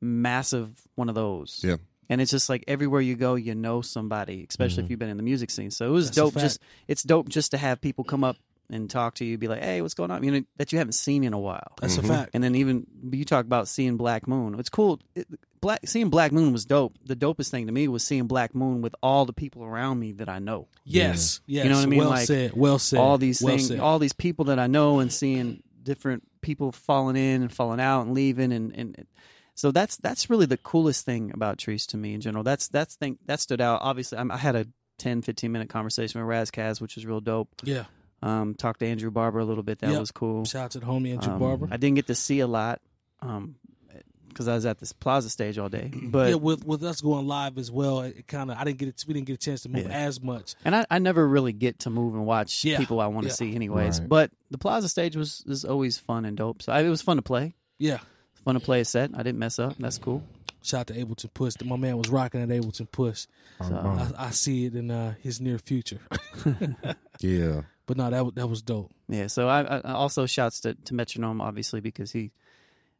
S4: massive one of those.
S5: Yeah.
S4: And it's just like everywhere you go, you know somebody, especially if you've been in the music scene. So it was
S2: Mm-hmm. That's a
S4: dope.
S2: fact.
S4: Just it's dope just to have people come up and talk to you, be like, "Hey, what's going on?" You know that you haven't seen in a while.
S2: That's
S5: Mhm.
S2: a fact.
S4: And then even you talk about seeing Black Moon. It's cool. It, Black seeing Black Moon was dope. The dopest thing to me was seeing Black Moon with all the people around me that I know.
S2: Yes, yes.
S4: You know what I mean?
S2: Well
S4: Like,
S2: said. Well said.
S4: all these
S2: well
S4: things,
S2: said.
S4: all these people that I know, and seeing different people falling in and falling out and leaving, and and so that's that's really the coolest thing about trees to me in general. That's that's thing that stood out. Obviously, I'm, I had a 10, 15 minute conversation with Razkaz, which was real dope.
S2: yeah.
S4: Um, talked to Andrew Barber a little bit. That
S2: Yep.
S4: was cool.
S2: Shout out to the homie Andrew
S4: Um,
S2: Barber.
S4: I didn't get to see a lot because I was at this plaza stage all day. But
S2: yeah, with with us going live as well, it, kind of I didn't get it, we didn't get a chance to move
S4: Yeah.
S2: as much.
S4: and I, I never really get to move and watch
S2: Yeah.
S4: people I want to
S2: Yeah.
S4: see anyways.
S3: Right.
S4: But the plaza stage was is always fun and dope. So I, it was fun to play.
S2: Yeah,
S4: Fun to play a set. I didn't mess up. That's cool.
S2: Shout out to Ableton Push. My man was rocking at Ableton Push.
S4: So,
S2: I, I see it in uh, his near future.
S5: Yeah.
S2: but no, that wa- that was dope.
S4: yeah. So I, I I also shouts to, to Metronome obviously because he,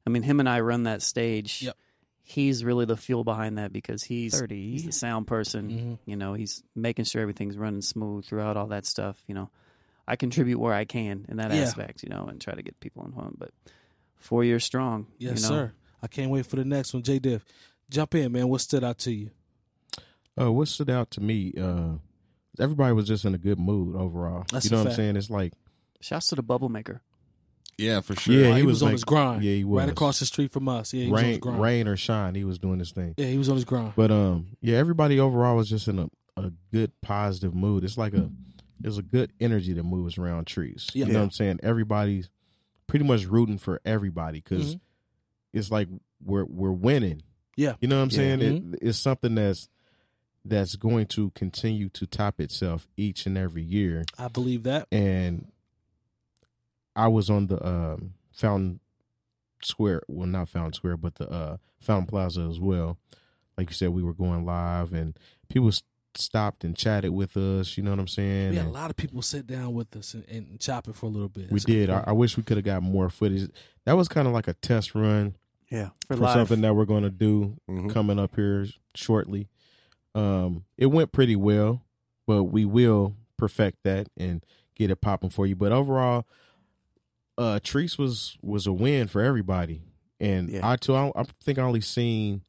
S4: I mean, him and I run that stage.
S2: Yep.
S4: He's really the fuel behind that because he's he's
S6: 30.
S4: the sound person.
S2: Mhm.
S4: You know, he's making sure everything's running smooth throughout all that stuff. You know, I contribute where I can in that
S2: Yeah.
S4: aspect. You know, and try to get people involved. But four years strong.
S2: Yes,
S4: you know?
S2: sir. I can't wait for the next one. J Diff, jump in, man. What stood out to you?
S3: Uh, what stood out to me, uh, everybody was just in a good mood overall.
S2: That's
S3: you know
S2: a
S3: what
S2: fact.
S3: I'm saying? It's like,
S4: Shouts to the bubble maker.
S5: Yeah, for sure.
S3: Yeah,
S2: Like,
S3: he
S2: he was,
S3: was
S2: on
S3: like-
S2: his grind.
S3: yeah, he was.
S2: right across the street from us. Yeah, he was on his
S3: rain,
S2: grind.
S3: rain or shine, he was doing his thing.
S2: Yeah, he was on his grind.
S3: But um, yeah, everybody overall was just in a, a good positive mood. It's like a there's a good energy that moves around trees.
S2: Yeah.
S3: You know what I'm saying? Everybody's pretty much rooting for everybody because
S2: Mhm.
S3: it's like we're we're winning.
S2: Yeah. Mm-hmm.
S3: You know what I'm
S5: Yeah.
S3: saying? It, it's something that's that's going to continue to top itself each and every year.
S2: I believe that.
S3: And I was on the um Fountain Square, well not Fountain Square, but the uh Fountain Plaza as well. Like you said, we were going live and people s- stopped and chatted with us, you know what I'm saying?
S2: We had a
S3: And uh,
S2: lot of people sit down with us and, and chop it for a little bit.
S3: we
S2: So-
S3: did. I, I wish we could have got more footage. That was kind of like a test run
S4: Yeah,
S3: for,
S4: live.
S3: something that we're going to do
S4: Mm-hmm.
S5: Mhm.
S3: coming up here shortly. Um, it went pretty well, but we will perfect that and get it popping for you. But overall, uh, Treese was was a win for everybody, and
S4: Yeah.
S3: I too I, I think I only seen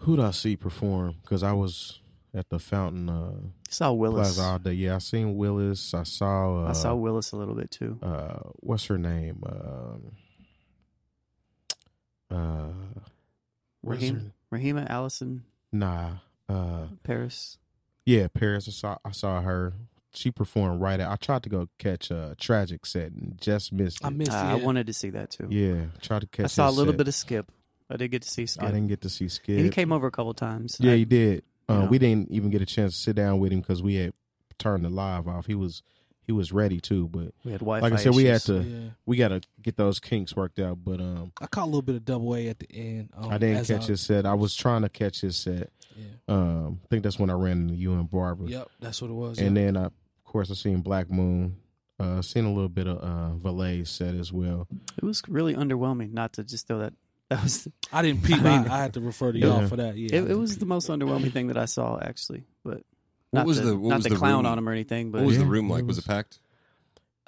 S3: who did I see perform because I was at the Fountain uh,
S4: saw Willis.
S3: Plaza all day. Yeah, I seen Willis. I saw. Uh,
S4: I saw Willis a little bit too.
S3: Uh, what's her name? Um, uh, what's her-
S4: Raheem, Rahima Allison
S3: Nah. Uh
S4: Paris.
S3: yeah, Paris. I saw I saw her. She performed right at I tried to go catch a tragic set and just missed it.
S2: I missed
S4: Uh,
S2: it.
S4: I wanted to see that too.
S3: yeah, tried to catch
S4: I saw a
S3: his
S4: little
S3: set.
S4: bit of Skip. I did get to see Skip.
S3: I didn't get to see Skip.
S4: He came over a couple times.
S3: Yeah,
S4: I-
S3: he did. Uh,
S4: Yeah.
S3: we didn't even get a chance to sit down with him cuz we had turned the live off. He was he was ready too, but
S4: we had Wi-Fi.
S3: like I said we had to
S4: issues.
S2: Yeah.
S3: we got to get those kinks worked out, but um
S2: I caught a little bit of double A at the end.
S4: Oh,
S2: Um,
S3: I didn't
S2: as
S3: catch
S2: I-
S3: his set. I was trying to catch his set.
S2: Yeah.
S3: Um I think that's when I ran into you and Barbara.
S2: Yep, that's what it was.
S3: And
S2: yeah.
S3: then, I, of course, I seen Black Moon. Uh, seen a little bit of uh, Valet set as well.
S4: It was really underwhelming. Not to just throw that. That was.
S2: I didn't peep. I,
S4: mean-
S2: I had to refer to y'all
S3: Yeah.
S2: for that. Yeah,
S4: It, it was the most underwhelming thing that I saw actually. But
S5: What
S4: not
S5: was
S4: to,
S5: the- what
S4: not
S5: was
S4: to
S5: the
S4: clown
S5: room-
S4: on him or anything. But
S5: What was the
S3: Yeah,
S5: room
S3: it
S5: like? Was
S3: was-
S5: it packed?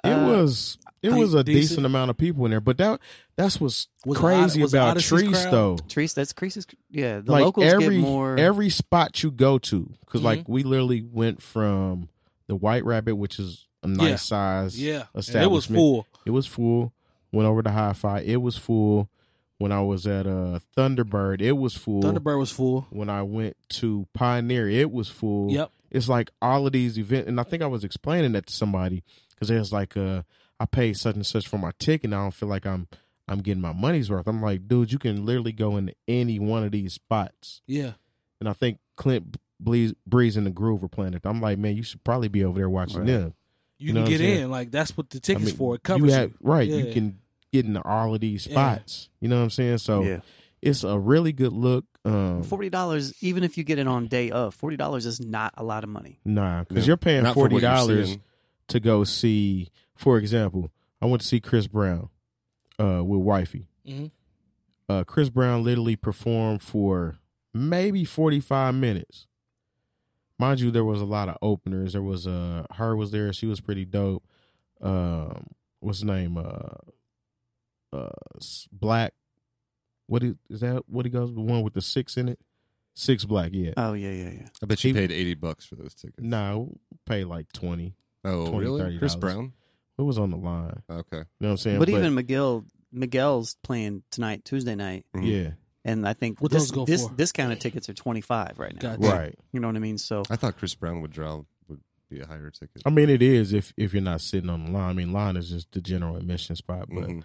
S3: It
S4: Uh,
S3: was it
S2: I-
S3: was a decent,
S2: decent.
S3: amount of people in there, but that that's what's
S2: Was it
S3: crazy
S2: Od- was it
S3: about
S2: Odyssey's
S3: trees
S2: crowd?
S3: though.
S4: Trees. That's Creases. Yeah, the
S3: like
S4: locals
S3: every
S4: get more.
S3: every spot you go to, because like
S2: Mm-hmm.
S3: we literally went from the White Rabbit, which is a nice
S2: Yeah.
S3: size,
S2: yeah. And it was
S3: establishment.
S2: full.
S3: It was full. Went over to Hi Fi, it was full. When I was at uh Thunderbird, it was full.
S2: Thunderbird was full.
S3: When I went to Pioneer, it was full.
S2: Yep.
S3: it's like all of these events and i think i was explaining that to somebody because there's like uh i paid such and such for my ticket and i don't feel like i'm i'm getting my money's worth i'm like dude you can literally go into any one of these spots
S2: Yeah,
S3: and i think clint Bleeze, breeze and the groove were playing it i'm like man you should probably be over there watching
S5: Right.
S3: them
S2: you,
S3: You
S2: can
S3: know what
S2: get
S3: I'm saying?
S2: in. Like that's what the tickets
S3: mean,
S2: for. It covers
S3: you
S2: you.
S3: have- right you
S2: Yeah.
S3: can get into all of these
S2: Yeah.
S3: spots you know what i'm saying so
S4: Yeah.
S3: it's a really good look um
S4: Forty dollars, even if you get it on day of, forty dollars is not a lot of money.
S3: nah because
S5: Yeah.
S3: you're paying
S5: Not for what
S3: forty
S5: you're
S3: dollars
S5: seeing.
S3: to go see, for example, I went to see Chris Brown uh, with Wifey.
S2: Mhm.
S3: Uh, Chris Brown literally performed for maybe 45 minutes. Mind you, there was a lot of openers. There was uh, her was there. She was pretty dope. Um, what's his name? Uh, uh, S- Black. What is, is that? What he goes the one with the six in it? Six Black, yeah.
S4: Oh yeah, yeah, yeah.
S5: Uh, I bet you
S3: He-
S5: paid eighty bucks for those tickets.
S3: Nah, pay like twenty.
S5: Oh,
S3: 20,
S5: really? Chris
S3: $30.
S5: Brown?
S3: It was on the line.
S5: Okay.
S3: You know what I'm saying?
S4: but, even McGill, McGill's playing tonight, Tuesday night,
S3: yeah,
S4: and I think
S2: What
S4: this,
S2: those go
S4: this
S2: for?
S4: discounted tickets are twenty five right now.
S2: Gotcha.
S3: right.
S4: You know what I mean? So
S5: I thought Chris Brown would draw would be a higher ticket.
S3: I mean, it is if if you're not sitting on the line. I mean, line is just the general admission spot, but
S4: Mm-hmm.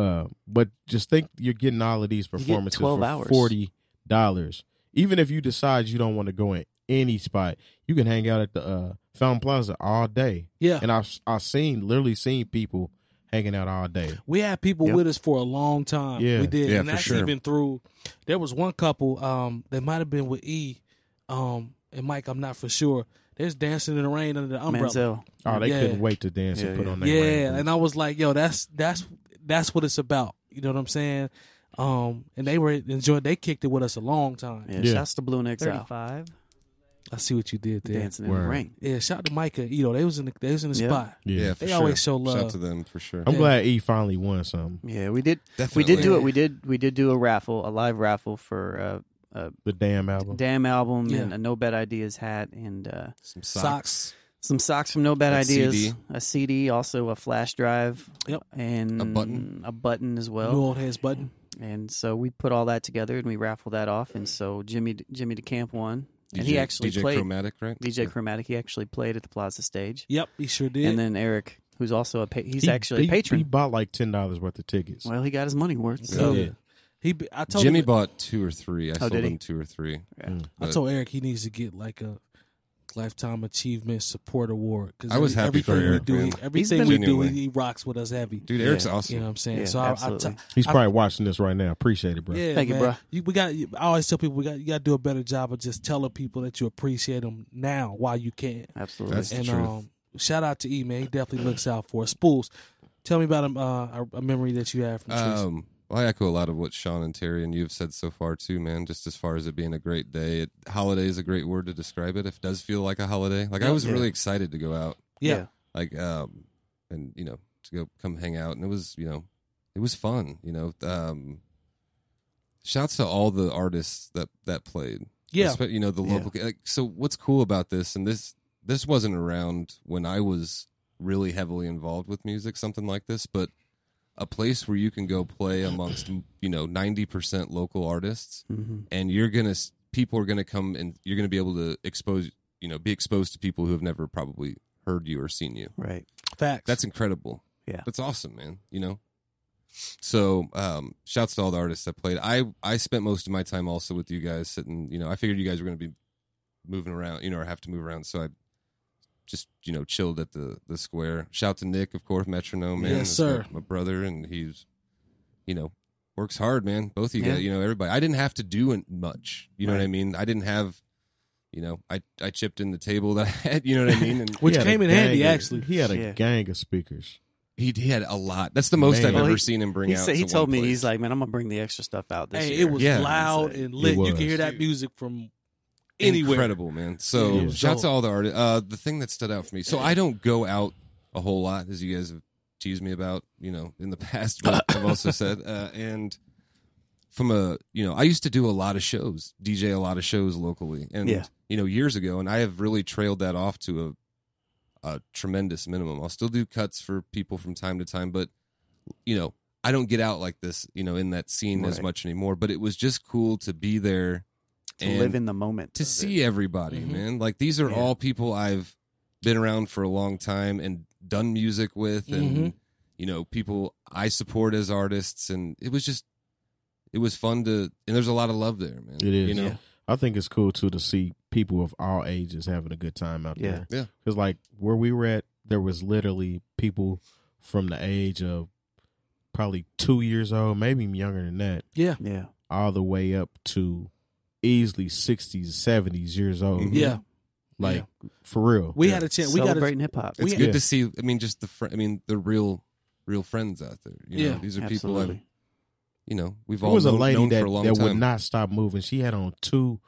S5: Mhm.
S3: uh, but just think you're getting all of these
S4: You get
S3: performances
S4: 12
S3: for
S4: hours.
S3: forty dollars. Even if you decide you don't want to go in any spot, you can hang out at the uh, Fountain Plaza all day.
S4: Ah.
S2: Yeah,
S3: And I've I've seen literally seen people hanging out all day.
S2: We had people
S4: Yep.
S2: with us for a long time.
S3: Yeah.
S2: We did.
S5: Yeah,
S2: and
S5: for
S2: that's
S5: sure.
S2: even through there was one couple, um, they might have been with E, um, and Mike, I'm not for sure. They're just dancing in the rain under the umbrella.
S4: Manziel.
S3: Oh, they
S2: Yeah.
S3: couldn't wait to dance
S4: Yeah,
S3: and put
S4: yeah.
S3: on that. rain
S2: Yeah.
S3: boots.
S2: And I was like, yo, that's that's that's what it's about. You know what I'm saying? Um, and they were enjoying they kicked it with us a long time.
S4: Yeah,
S3: Yeah.
S4: shouts to Blue and Exile.
S6: Thirty-five.
S2: I see what you did there.
S4: Dancing in
S3: Word.
S4: the rain.
S2: Yeah, shout out to Micah, Ito. They was in the they was in the
S4: Yeah.
S2: spot.
S3: yeah.
S5: Yeah, for
S2: They
S5: sure.
S2: always show
S5: Shout
S2: love.
S5: out to them for sure.
S3: I'm
S2: Yeah.
S3: glad E finally won some.
S4: Yeah, we did.
S5: Definitely.
S4: We did do
S2: Yeah.
S4: it. We did. We did do a raffle, a live raffle for
S3: The damn
S4: uh,
S3: album.
S4: Damn album
S2: Yeah.
S4: and a No Bad Ideas hat and uh,
S5: Some
S2: Socks.
S5: socks,
S4: some socks from No Bad
S5: A
S4: Ideas,
S5: CD.
S4: a CD, also a flash drive,
S2: Yep.
S4: and
S5: A button.
S4: a button as
S2: New
S4: well.
S2: old heads button.
S4: And so we put all that together and we raffled that off. And so Jimmy Jimmy DeCamp won, and he
S5: DJ
S4: actually
S5: DJ
S4: played
S5: Chromatic, right?
S4: DJ Chromatic. He actually played at the Plaza stage,
S2: Yep, he sure did.
S4: and then Eric, who's also a pa- he's
S3: He-
S4: actually
S3: he-
S4: a patron.
S3: He bought like ten dollars worth of tickets.
S4: well, he got his money worth.
S2: so,
S4: So
S3: Yeah.
S2: he be- I told
S5: Jimmy
S2: him-
S5: bought two or three. I
S4: Oh,
S5: sold
S4: did he?
S5: him two or three.
S4: Yeah.
S3: Mm.
S2: I told Eric he needs to get like a lifetime achievement support award. Cause
S5: I was happy for
S2: everything
S5: Eric,
S2: We do,
S5: man.
S2: he, everything
S4: been-
S2: we do, he,
S5: Genuinely.
S2: he rocks with us heavy.
S5: Dude,
S4: Yeah.
S5: Eric's awesome.
S2: You know what I'm saying?
S4: Yeah,
S2: so I, I,
S4: absolutely.
S2: t-
S3: He's
S2: I-
S3: probably watching this right now. Appreciate it, bro.
S2: yeah,
S4: Thank you,
S2: man.
S4: bro.
S2: You, we got. I always tell people we got. You got to do a better job of just telling people that you appreciate them now while you can.
S4: absolutely.
S5: That's- the
S2: and
S5: truth.
S2: um, shout out to E man. He definitely looks out for us. Spools. Tell me about um, uh, a, a memory that you have from Tracy.
S5: Um, well, I echo a lot of what Sean and Terry and you have said so far too, man. Just as far as it being a great day, it, holiday is a great word to describe it. If it does feel like a holiday, like I was
S4: Yeah.
S5: really excited to go out,
S2: yeah.
S5: like um, and you know to go come hang out, and it was you know it was fun, you know. Um, shouts to all the artists that that played.
S2: Yeah.
S5: Espe- you know the
S4: Yeah.
S5: local like so what's cool about this and this this wasn't around when i was really heavily involved with music something like this but a place where you can go play amongst you know 90% local artists
S4: hmm
S5: and you're gonna s- people are gonna come and you're gonna be able to expose you know be exposed to people who have never probably heard you or seen you
S4: Right.
S2: Facts.
S5: that's incredible.
S4: Yeah.
S5: That's awesome, man. You know? So um shouts to all the artists that played. I I spent most of my time also with you guys sitting, you know, I figured you guys were gonna be moving around, you know, or have to move around. So I just, you know, chilled at the the square. Shout to Nick, of course, metronome man.
S2: Yes,
S5: is
S2: sir.
S5: My, my brother, and he's you know, works hard, man. Both of you
S4: Yeah.
S5: guys, you know, everybody. I didn't have to do an- much. You know what
S4: Right.
S5: I mean? I didn't have you know, I, I chipped in the table that I had, you know what I mean? And
S2: Which
S3: He had
S2: came
S3: a
S2: in handy,
S3: gang of-
S2: actually.
S3: He had a
S4: Yeah.
S3: gang of speakers.
S5: He, he had a lot. That's the most
S3: Man.
S5: I've
S3: Well,
S5: ever
S4: he-
S5: seen him bring
S4: He
S5: out.
S4: said he
S5: to
S4: told
S5: one
S4: me
S5: place.
S4: he's like, man, I'm gonna bring the extra stuff out this
S2: Hey,
S4: year.
S2: it was
S5: Yeah.
S2: loud
S4: It
S2: and lit. You
S3: was.
S2: can hear that
S5: Dude.
S2: music from anywhere.
S5: incredible, man. So
S2: Yeah, it was
S5: shouts to
S2: dope.
S5: all the artists. Uh, the thing that stood out for me. So I don't go out a whole lot, as you guys have teased me about, you know, in the past. But I've also said, uh, and from a, you know, I used to do a lot of shows, DJ a lot of shows locally, and
S4: Yeah.
S5: you know, years ago, and I have really trailed that off to a, a tremendous minimum. I'll still do cuts for people from time to time, but you know, I don't get out like this, you know, in that scene as
S4: Right.
S5: much anymore. But it was just cool to be there.
S4: to
S5: and
S4: live in the moment.
S5: to
S4: of it. Mm-hmm.
S5: see everybody,
S2: Mhm.
S5: man. Like these are
S4: Yeah.
S5: all people I've been around for a long time and done music with, and
S4: Mm-hmm.
S2: Mhm.
S5: you know, people I support as artists, and it was just, it was fun to, and there's a lot of love there, man.
S3: It is.
S5: you know,
S4: Yeah.
S3: I think it's cool too to see people of all ages having a good time out
S4: Yeah.
S3: there.
S5: Yeah.
S3: Because like where we were at, there was literally people from the age of probably two years old, maybe even younger than that,
S2: Yeah.
S4: Yeah.
S3: all the way up to easily sixties, seventies years old.
S5: Mhm.
S2: Yeah.
S3: Mm-hmm. Like for real.
S2: We
S5: Yeah.
S2: had a chance. We got a,
S4: celebrating hip hop.
S5: it's
S2: we-
S5: good
S3: Yeah.
S5: to see. I mean, just the, fr- I mean, the real, real friends out there. You
S2: Yeah.
S5: know, these are people I've,
S4: Absolutely.
S5: you know, we've
S3: there
S5: all
S3: was a
S5: known,
S3: lady
S5: known
S3: that,
S5: for a long
S3: that
S5: time.
S3: would not stop moving. She had on two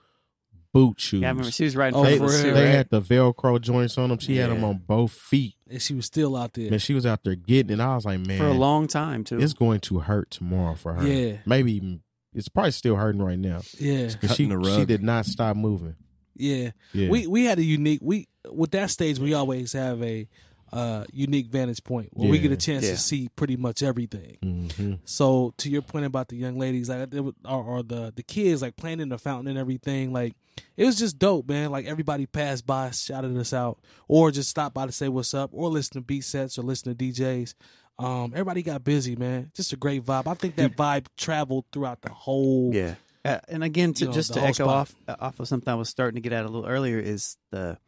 S3: boot shoes.
S4: Yeah, I remember she was riding
S2: Oh,
S4: for
S3: they,
S2: for
S4: us too,
S2: real,
S3: they
S4: right?
S3: had the Velcro joints on them. She had them
S4: Yeah.
S3: on both feet.
S2: and she was still out there.
S3: Man, she was out there getting it. I was like, man,
S4: for a long time too.
S3: it's going to hurt tomorrow for her.
S2: Yeah.
S3: Maybe even it's probably still hurting right now.
S2: Yeah.
S3: 'Cause she
S5: Cutting the
S3: she
S5: rug.
S3: did not stop moving.
S2: Yeah.
S3: Yeah.
S2: We we had a unique we with that stage we always have a uh unique vantage point where we get a
S3: Yeah.
S2: chance
S4: Yeah.
S2: to see pretty much everything.
S3: hmm
S2: So to your point about the young ladies, like they were- or, or the the kids, like playing in the fountain and everything, like it was just dope, man. Like everybody passed by, shouted us out, or just stopped by to say what's up, or listen to beat sets or listen to DJs. Um, everybody got busy, man. Just a great vibe. I think that vibe traveled throughout the whole.
S4: yeah. Uh, and again, to
S2: You know,
S4: just
S2: the
S4: to
S2: whole
S4: echo
S2: spot.
S4: off uh, off of something I was starting to get at a little earlier is the,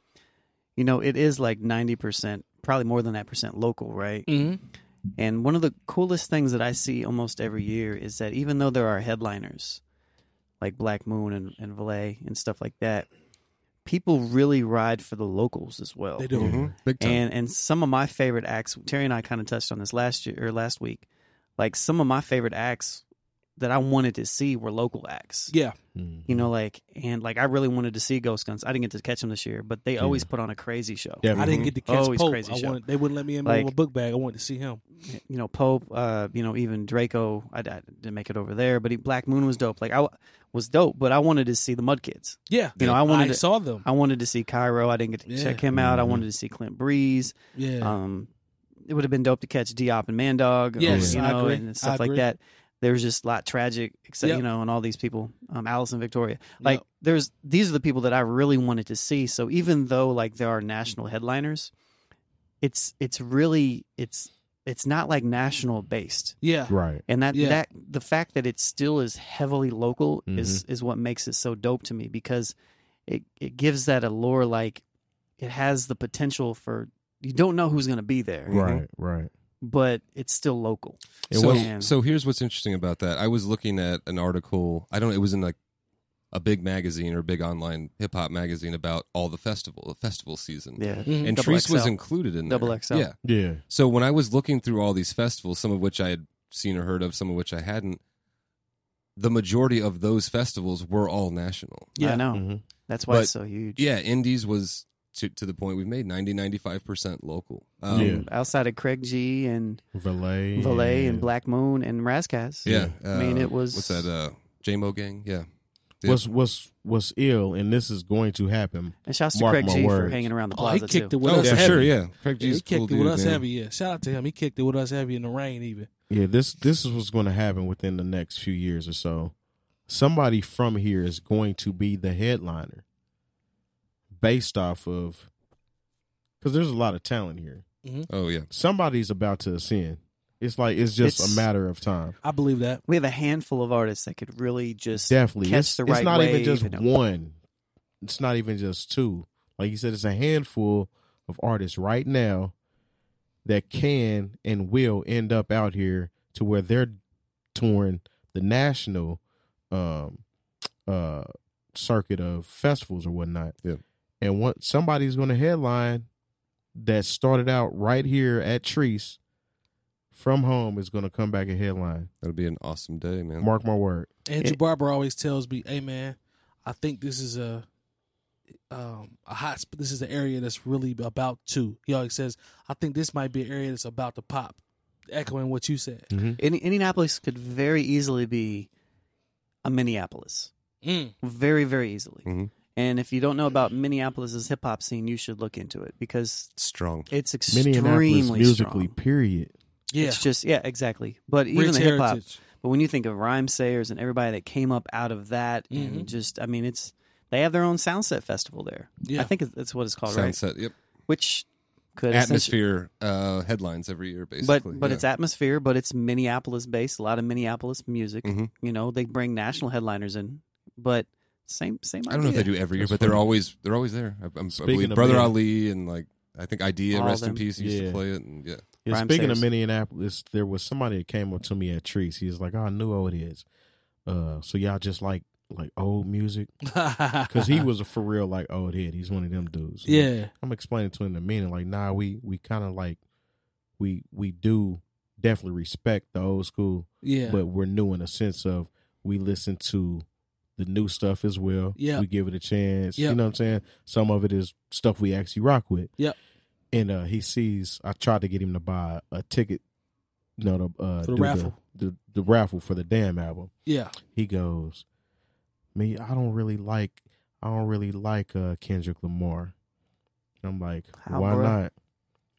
S4: you know, it is like ninety percent, probably more than that percent local, right?
S2: Mhm.
S4: And one of the coolest things that I see almost every year is that even though there are headliners like Black Moon and, and Valet and stuff like that, people really ride for the locals as well.
S2: They do.
S5: Big time.
S4: And and some of my favorite acts, Terry and I kind of touched on this last year or last week. Like some of my favorite acts that I wanted to see were local acts.
S2: Yeah.
S3: Mm.
S4: You know, like and like I really wanted to see Ghost Guns. I didn't get to catch them this year, but they
S3: Yeah.
S4: always put on a crazy show.
S3: Yeah,
S2: I didn't get to catch
S4: Always
S2: Pope.
S4: crazy
S2: I
S4: show.
S2: wanted, they wouldn't let me in
S4: Mm-hmm. Like-
S2: with a book bag. I wanted to see him.
S4: you know Pope, uh, you know even Draco. I, I didn't make it over there, but he, Black Moon was dope. Like I w- was dope, but I wanted to see the Mud Kids.
S2: Yeah.
S4: You know, I wanted
S2: I
S4: to-
S2: saw them.
S4: I wanted to see Cairo. I didn't get to
S2: Yeah.
S4: check him out. I
S3: Mhm.
S4: wanted to see Clint Breeze.
S2: Yeah.
S4: Um, it would have been dope to catch Diop and Mandog.
S2: Yes,
S4: you
S2: I
S4: know,
S2: agree.
S4: and
S2: I
S4: stuff
S2: agree.
S4: like that. There was just a lot tragic, except
S2: Yep.
S4: you know, and all these people, um, Allison Victoria. Like
S2: Yep.
S4: there's these are the people that I really wanted to see. So even though like there are national headliners, it's it's really it's it's not like national based
S2: yeah.
S3: Right.
S4: and that
S2: Yeah.
S4: that the fact that it still is heavily local is
S3: Mm-hmm.
S4: is what makes it so dope to me because it it gives that allure like it has the potential for you don't know who's going to be there
S3: Right. Right.
S4: but it's still local
S3: It
S5: so,
S3: was-
S4: Man.
S5: so here's what's interesting about that. I was looking at an article. I don't. It was in like a big magazine or a big online hip hop magazine about all the festival, the festival season.
S4: yeah
S2: Mhm.
S5: And
S4: Double
S5: Treese was
S4: XL.
S5: included in
S4: Double
S5: there.
S4: XL.
S5: Yeah.
S3: Yeah.
S5: So when I was looking through all these festivals, some of which I had seen or heard of, some of which I hadn't, the majority of those festivals were all national.
S4: yeah i
S2: Yeah.
S4: know
S3: Mhm.
S4: that's why it's
S5: But-
S4: so huge
S5: Yeah, Indies was to to the point we've made 90 95% local. Um,
S3: Yeah.
S4: outside of craig g and
S3: Valet.
S4: valet and black moon and Razzcast.
S5: Yeah.
S4: I mean,
S5: uh,
S4: it was-
S5: What's that? Uh, JMO Gang? Yeah. Yeah.
S3: What's what's what's ill, and this is going to happen.
S4: and shouts to
S3: Mark
S4: craig
S3: my
S4: g for
S3: words.
S4: hanging around the
S2: Oh, he
S4: plaza
S2: kicked it
S4: too
S2: with
S5: oh,
S2: us
S5: for
S2: heavy.
S5: sure. Yeah. Craig
S2: Yeah,
S5: G's
S2: he kicked
S5: cool
S2: it with
S5: dude,
S2: us
S5: man.
S2: heavy. Yeah, shout out to him. He kicked it with us heavy in the rain, even.
S3: Yeah, this this is what's going to happen within the next few years or so. Somebody from here is going to be the headliner, based off of, because there's a lot of talent here.
S5: Oh, yeah.
S3: Somebody's about to ascend. It's like it's just
S4: It's-
S3: a matter of time.
S2: I believe that.
S4: we have a handful of artists that could really just
S3: Definitely,
S4: catch
S3: it's,
S4: the
S3: it's
S4: right
S3: not even
S4: wave
S3: just
S4: and-
S3: one. It's not even just two. Like you said, it's a handful of artists right now that can and will end up out here to where they're touring the national um uh circuit of festivals or whatnot.
S5: Yeah.
S3: And what somebody's gonna headline that started out right here at Treese from home is gonna come back and headline.
S5: That'll be an awesome day, man.
S3: Mark my word.
S2: Andrew
S4: It-
S2: Barber always tells me, "Hey man, I think this is a um, a hot. Sp- this is an area that's really about to." He always says, "I think this might be an area that's about to pop." Echoing what you said.
S4: Indi- Indianapolis could very easily be a Minneapolis,
S2: Mm.
S4: very very easily.
S3: Mm-hmm.
S5: Mhm.
S4: And if you don't know about Minneapolis's hip hop scene, you should look into it because
S5: Strong.
S4: it's
S3: Minneapolis
S4: extremely
S3: musically,
S4: strong.
S3: period.
S2: Yeah,
S4: It's just yeah, exactly. But even
S2: rich
S4: the hip hop.
S2: heritage.
S4: But when you think of rhyme sayers and everybody that came up out of that,
S2: Mhm.
S4: and just I mean, it's they have their own Soundset Festival there.
S2: Yeah,
S4: I think it's- that's what it's called, right?
S5: Sunset. Yep.
S4: Which could essentially-
S5: Atmosphere uh, headlines every year, basically.
S4: But but
S5: Yeah.
S4: it's atmosphere, but it's Minneapolis based. A lot of Minneapolis music.
S5: Mhm.
S4: You know, they bring national headliners in, but same same.
S5: I don't know if they
S4: idea.
S5: do every year,
S3: That's
S5: but they're
S3: funny.
S5: always they're always there. I, I'm, I
S3: Speaking
S5: believe
S3: of
S5: Brother
S3: Minne-
S5: Ali and like I think Idea,
S4: All
S5: rest in
S4: them.
S5: peace, used
S3: Yeah.
S5: to play it. And yeah,
S3: Yeah,
S4: Rhyme
S3: speaking of
S4: sayers.
S3: Minneapolis, there was somebody that came up to me at Trees. He was like, "Oh, I knew how it is." Uh, so y'all just like like old music because he was a for real like old head. He's one of them dudes.
S2: yeah,
S3: I'm explaining to him the meaning. Like, nah, we we kind of like we we do definitely respect the old school,
S2: yeah,
S3: but we're new in a sense of we listen to the new stuff as well.
S2: Yeah.
S3: we give it a chance.
S2: Yeah.
S3: You know what I'm saying? Some of it is stuff we actually rock with.
S2: Yep.
S3: And uh, he sees. I tried to get him to buy a ticket. No, the, uh,
S2: For the
S3: do
S2: raffle.
S3: the, the raffle for the damn album.
S2: yeah.
S3: He goes, "Me, I don't really like. I don't really like uh, Kendrick Lamar." I'm like,
S4: How,
S3: "Why
S4: bruh?
S3: not?"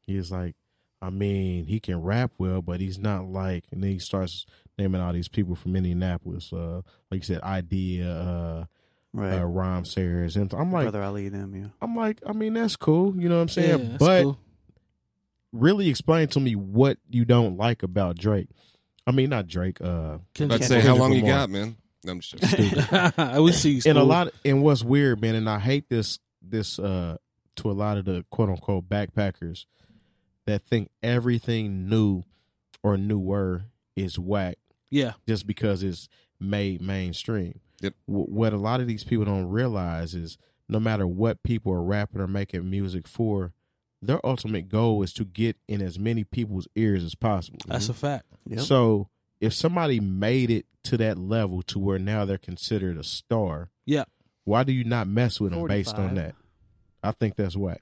S3: He's like, "I mean, he can rap well, but he's not like." And then he starts naming all these people from Indianapolis. Uh, like you said, Idea, uh,
S4: Right.
S3: uh, Rhyme Sayers, and I'm like,
S4: Brother Ali, them. Yeah.
S3: I'm like, I mean, that's cool. You know what I'm saying?
S2: Yeah, that's
S3: but
S2: cool.
S3: really explain to me what you don't like about Drake. I mean, not Drake. Uh,
S5: I'd
S2: Kendrick
S5: say
S3: Kendrick
S5: how long you
S3: Lamar.
S5: got, man. No, I'm just joking.
S2: I would see.
S3: and a lot, and what's weird, man, and I hate this, this, uh, to a lot of the quote unquote backpackers that think everything new or newer is whack
S2: Yeah.
S3: just because it's made mainstream.
S5: Yep.
S3: W- what a lot of these people don't realize is no matter what people are rapping or making music for, their ultimate goal is to get in as many people's ears as possible.
S2: That's
S5: Mhm.
S2: a fact.
S4: Yep.
S3: So if somebody made it to that level to where now they're considered a star,
S2: Yeah.
S3: why do you not mess with them based on
S4: 45.
S3: that? I think that's whack.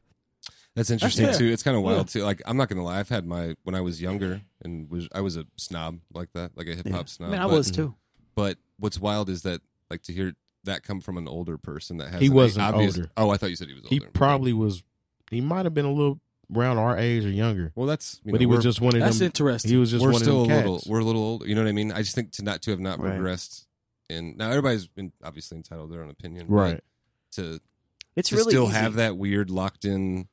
S5: That's interesting
S2: fair.
S5: too. It's kind of wild too. Like I'm not gonna lie, I've had my when I was younger and was I was a snob like that, like a hip hop
S4: Yeah. I
S5: snob.
S4: mean, I
S5: but,
S4: was too.
S5: But what's wild is that like to hear that come from an older person that has
S3: He
S5: an
S3: wasn't
S5: obvious-
S3: older.
S5: Oh, I thought you said he was older.
S3: He probably was. He might have been a little around our age or younger,
S5: well, that's you
S3: but
S5: know,
S3: he was
S5: we're-
S3: just one of
S2: That's
S3: them.
S2: interesting.
S3: He was just
S5: we're
S3: one
S5: still
S3: of
S5: a
S3: them cats.
S5: little we're a little older. You know what I mean? I just think to not to have not
S4: Right.
S5: progressed and now everybody's been obviously entitled to their own opinion, but
S3: right.
S5: To,
S4: It's
S5: to
S4: really
S5: still
S4: easy.
S5: have that weird locked in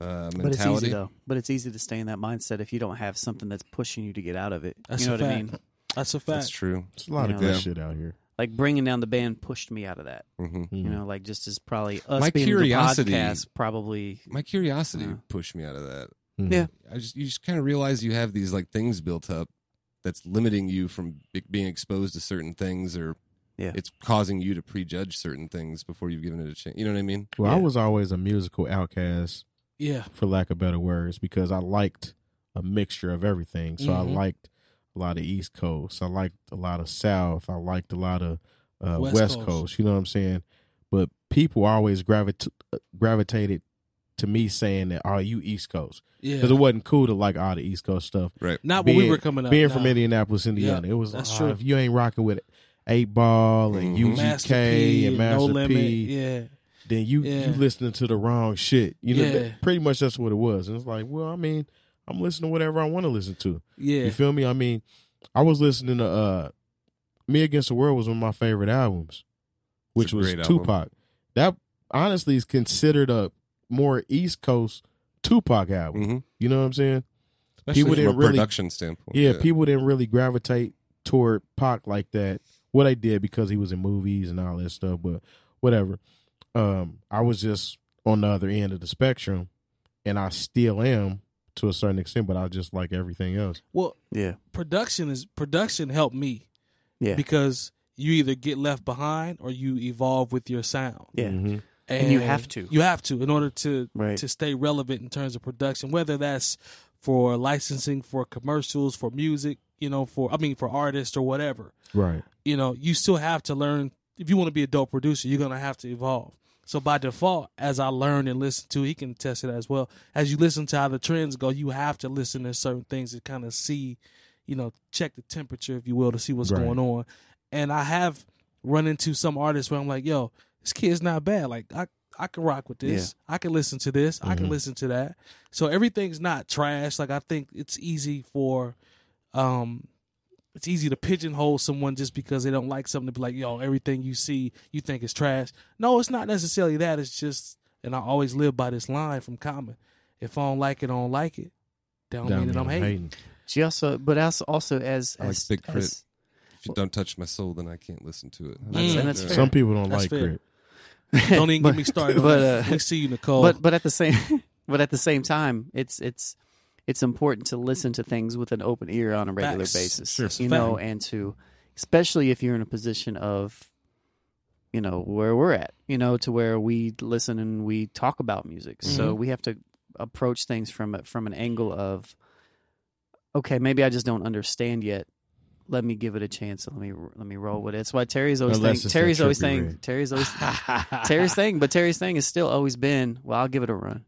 S5: uh, mentality.
S4: But it's easy though. But it's easy to stay in that mindset if you don't have something that's pushing you to get out of it.
S2: That's
S4: you know
S2: a
S4: what I
S2: fact.
S4: mean?
S2: That's a fact.
S5: That's true.
S3: It's a lot
S4: You
S3: of
S4: know,
S3: good
S5: yeah.
S3: shit out here.
S4: Like bringing down the band pushed me out of that.
S5: hmm
S4: You
S3: Mm.
S4: know, like just as probably us
S5: My
S4: being in
S5: curiosity-
S4: the podcast probably.
S5: My curiosity
S4: Yeah.
S5: pushed me out of that.
S3: Mhm.
S4: Yeah.
S5: I just you just kind of realize you have these like things built up that's limiting you from be- being exposed to certain things or
S4: Yeah.
S5: it's causing you to prejudge certain things before you've given it a chance. You know what I mean?
S3: Well, I
S4: Yeah.
S3: was always a musical outcast,
S2: yeah.
S3: for lack of better words, because I liked a mixture of everything. So
S2: Mhm.
S3: I liked a lot of East Coast. I liked a lot of South. I liked a lot of uh,
S2: West
S3: West,
S2: Coast.
S3: Coast. You know what I'm saying? But people always gravit- gravitated to me saying that, "Are you East Coast?" Because
S2: Yeah.
S3: it wasn't cool to like all the East Coast stuff.
S2: Not when we
S3: being-
S2: were coming up.
S3: Being
S2: nah.
S3: from Indianapolis, Indiana, it was like,
S2: That's
S3: "Ah,
S2: true. Mm-hmm.
S3: if you ain't rocking with Eight Ball and
S5: Mhm.
S3: UGK
S2: Master P
S3: and Master
S2: No Limit.
S3: P,
S2: Yeah.
S3: then you
S2: Yeah.
S3: you listening to the wrong shit. You know,
S2: Yeah.
S3: that- pretty much that's what it was. And it's like, well, I mean, I'm listening to whatever I want to listen to.
S2: Yeah.
S3: You feel me? I mean, I was listening to uh, "Me Against the World" was one of my favorite albums, which
S5: It's a
S3: was
S5: great album.
S3: Tupac. That honestly is considered a more East Coast Tupac album.
S5: Mm-hmm.
S3: You know what I'm saying?
S5: Especially
S3: People
S5: from a
S3: didn't really-
S5: production standpoint.
S3: Yeah, people didn't really gravitate toward Pac like that. What I did because he was in movies and all that stuff, but whatever. Um, I was just on the other end of the spectrum, and I still am to a certain extent, but I just like everything else.
S2: Well,
S4: Yeah.
S2: production is production helped me
S4: Yeah.
S2: because you either get left behind or you evolve with your sound.
S4: Yeah.
S5: Mm-hmm.
S3: Mhm.
S2: And,
S4: you have to.
S2: You have to in order to
S4: Right.
S2: to stay relevant in terms of production, whether that's for licensing, for commercials, for music, you know, for I mean for artists or whatever.
S3: right.
S2: you know, you still have to learn. If you want to be a dope producer, you're gonna have to evolve. So by default, as I learn and listen to, he can test it as well. As you listen to how the trends go, you have to listen to certain things to kind of see, you know, check the temperature, if you will, to see what's
S3: Right.
S2: going on. And I have run into some artists where I'm like, yo, this kid's not bad. Like I I can rock with this. I can listen to this. I
S4: Mm-hmm.
S2: can
S3: Mhm.
S2: listen to that. So everything's not trash. Like I think it's easy for um it's easy to pigeonhole someone just because they don't like something to be like, yo, everything you see you think is trash. No, it's not necessarily that. It's just and I always live by this line from Common. If I don't like it, I don't like it. That don't mean that I'm hating.
S4: She also, but also, also as
S5: I like
S4: as,
S5: Big Crit.
S4: as-
S5: If you don't touch my soul, then I can't listen to it.
S4: That's-
S2: and
S4: that's fair.
S3: Some people don't
S2: That's
S3: like
S2: fair.
S3: grit.
S2: Don't even
S4: But-
S2: get me started.
S4: but,
S2: But,
S4: uh,
S2: we see you, Nicole.
S4: But but at the same but at the same time, it's it's it's important to listen to things with an open ear on a regular
S2: Facts.
S4: basis,
S2: Sure.
S4: you know, and to especially if you're in a position of you know where we're at, you know, to where we listen and we talk about music. So we have to approach things from a- from an angle of okay, maybe I just don't understand yet. Let me give it a chance. and Let me let me roll with it. That's why Terry's always
S3: Unless it's
S4: saying
S3: that
S4: Terry's always
S3: trippy
S4: saying
S3: red.
S4: Terry's always Terry's thing, but Terry's thing has still always been, well, I'll give it a run.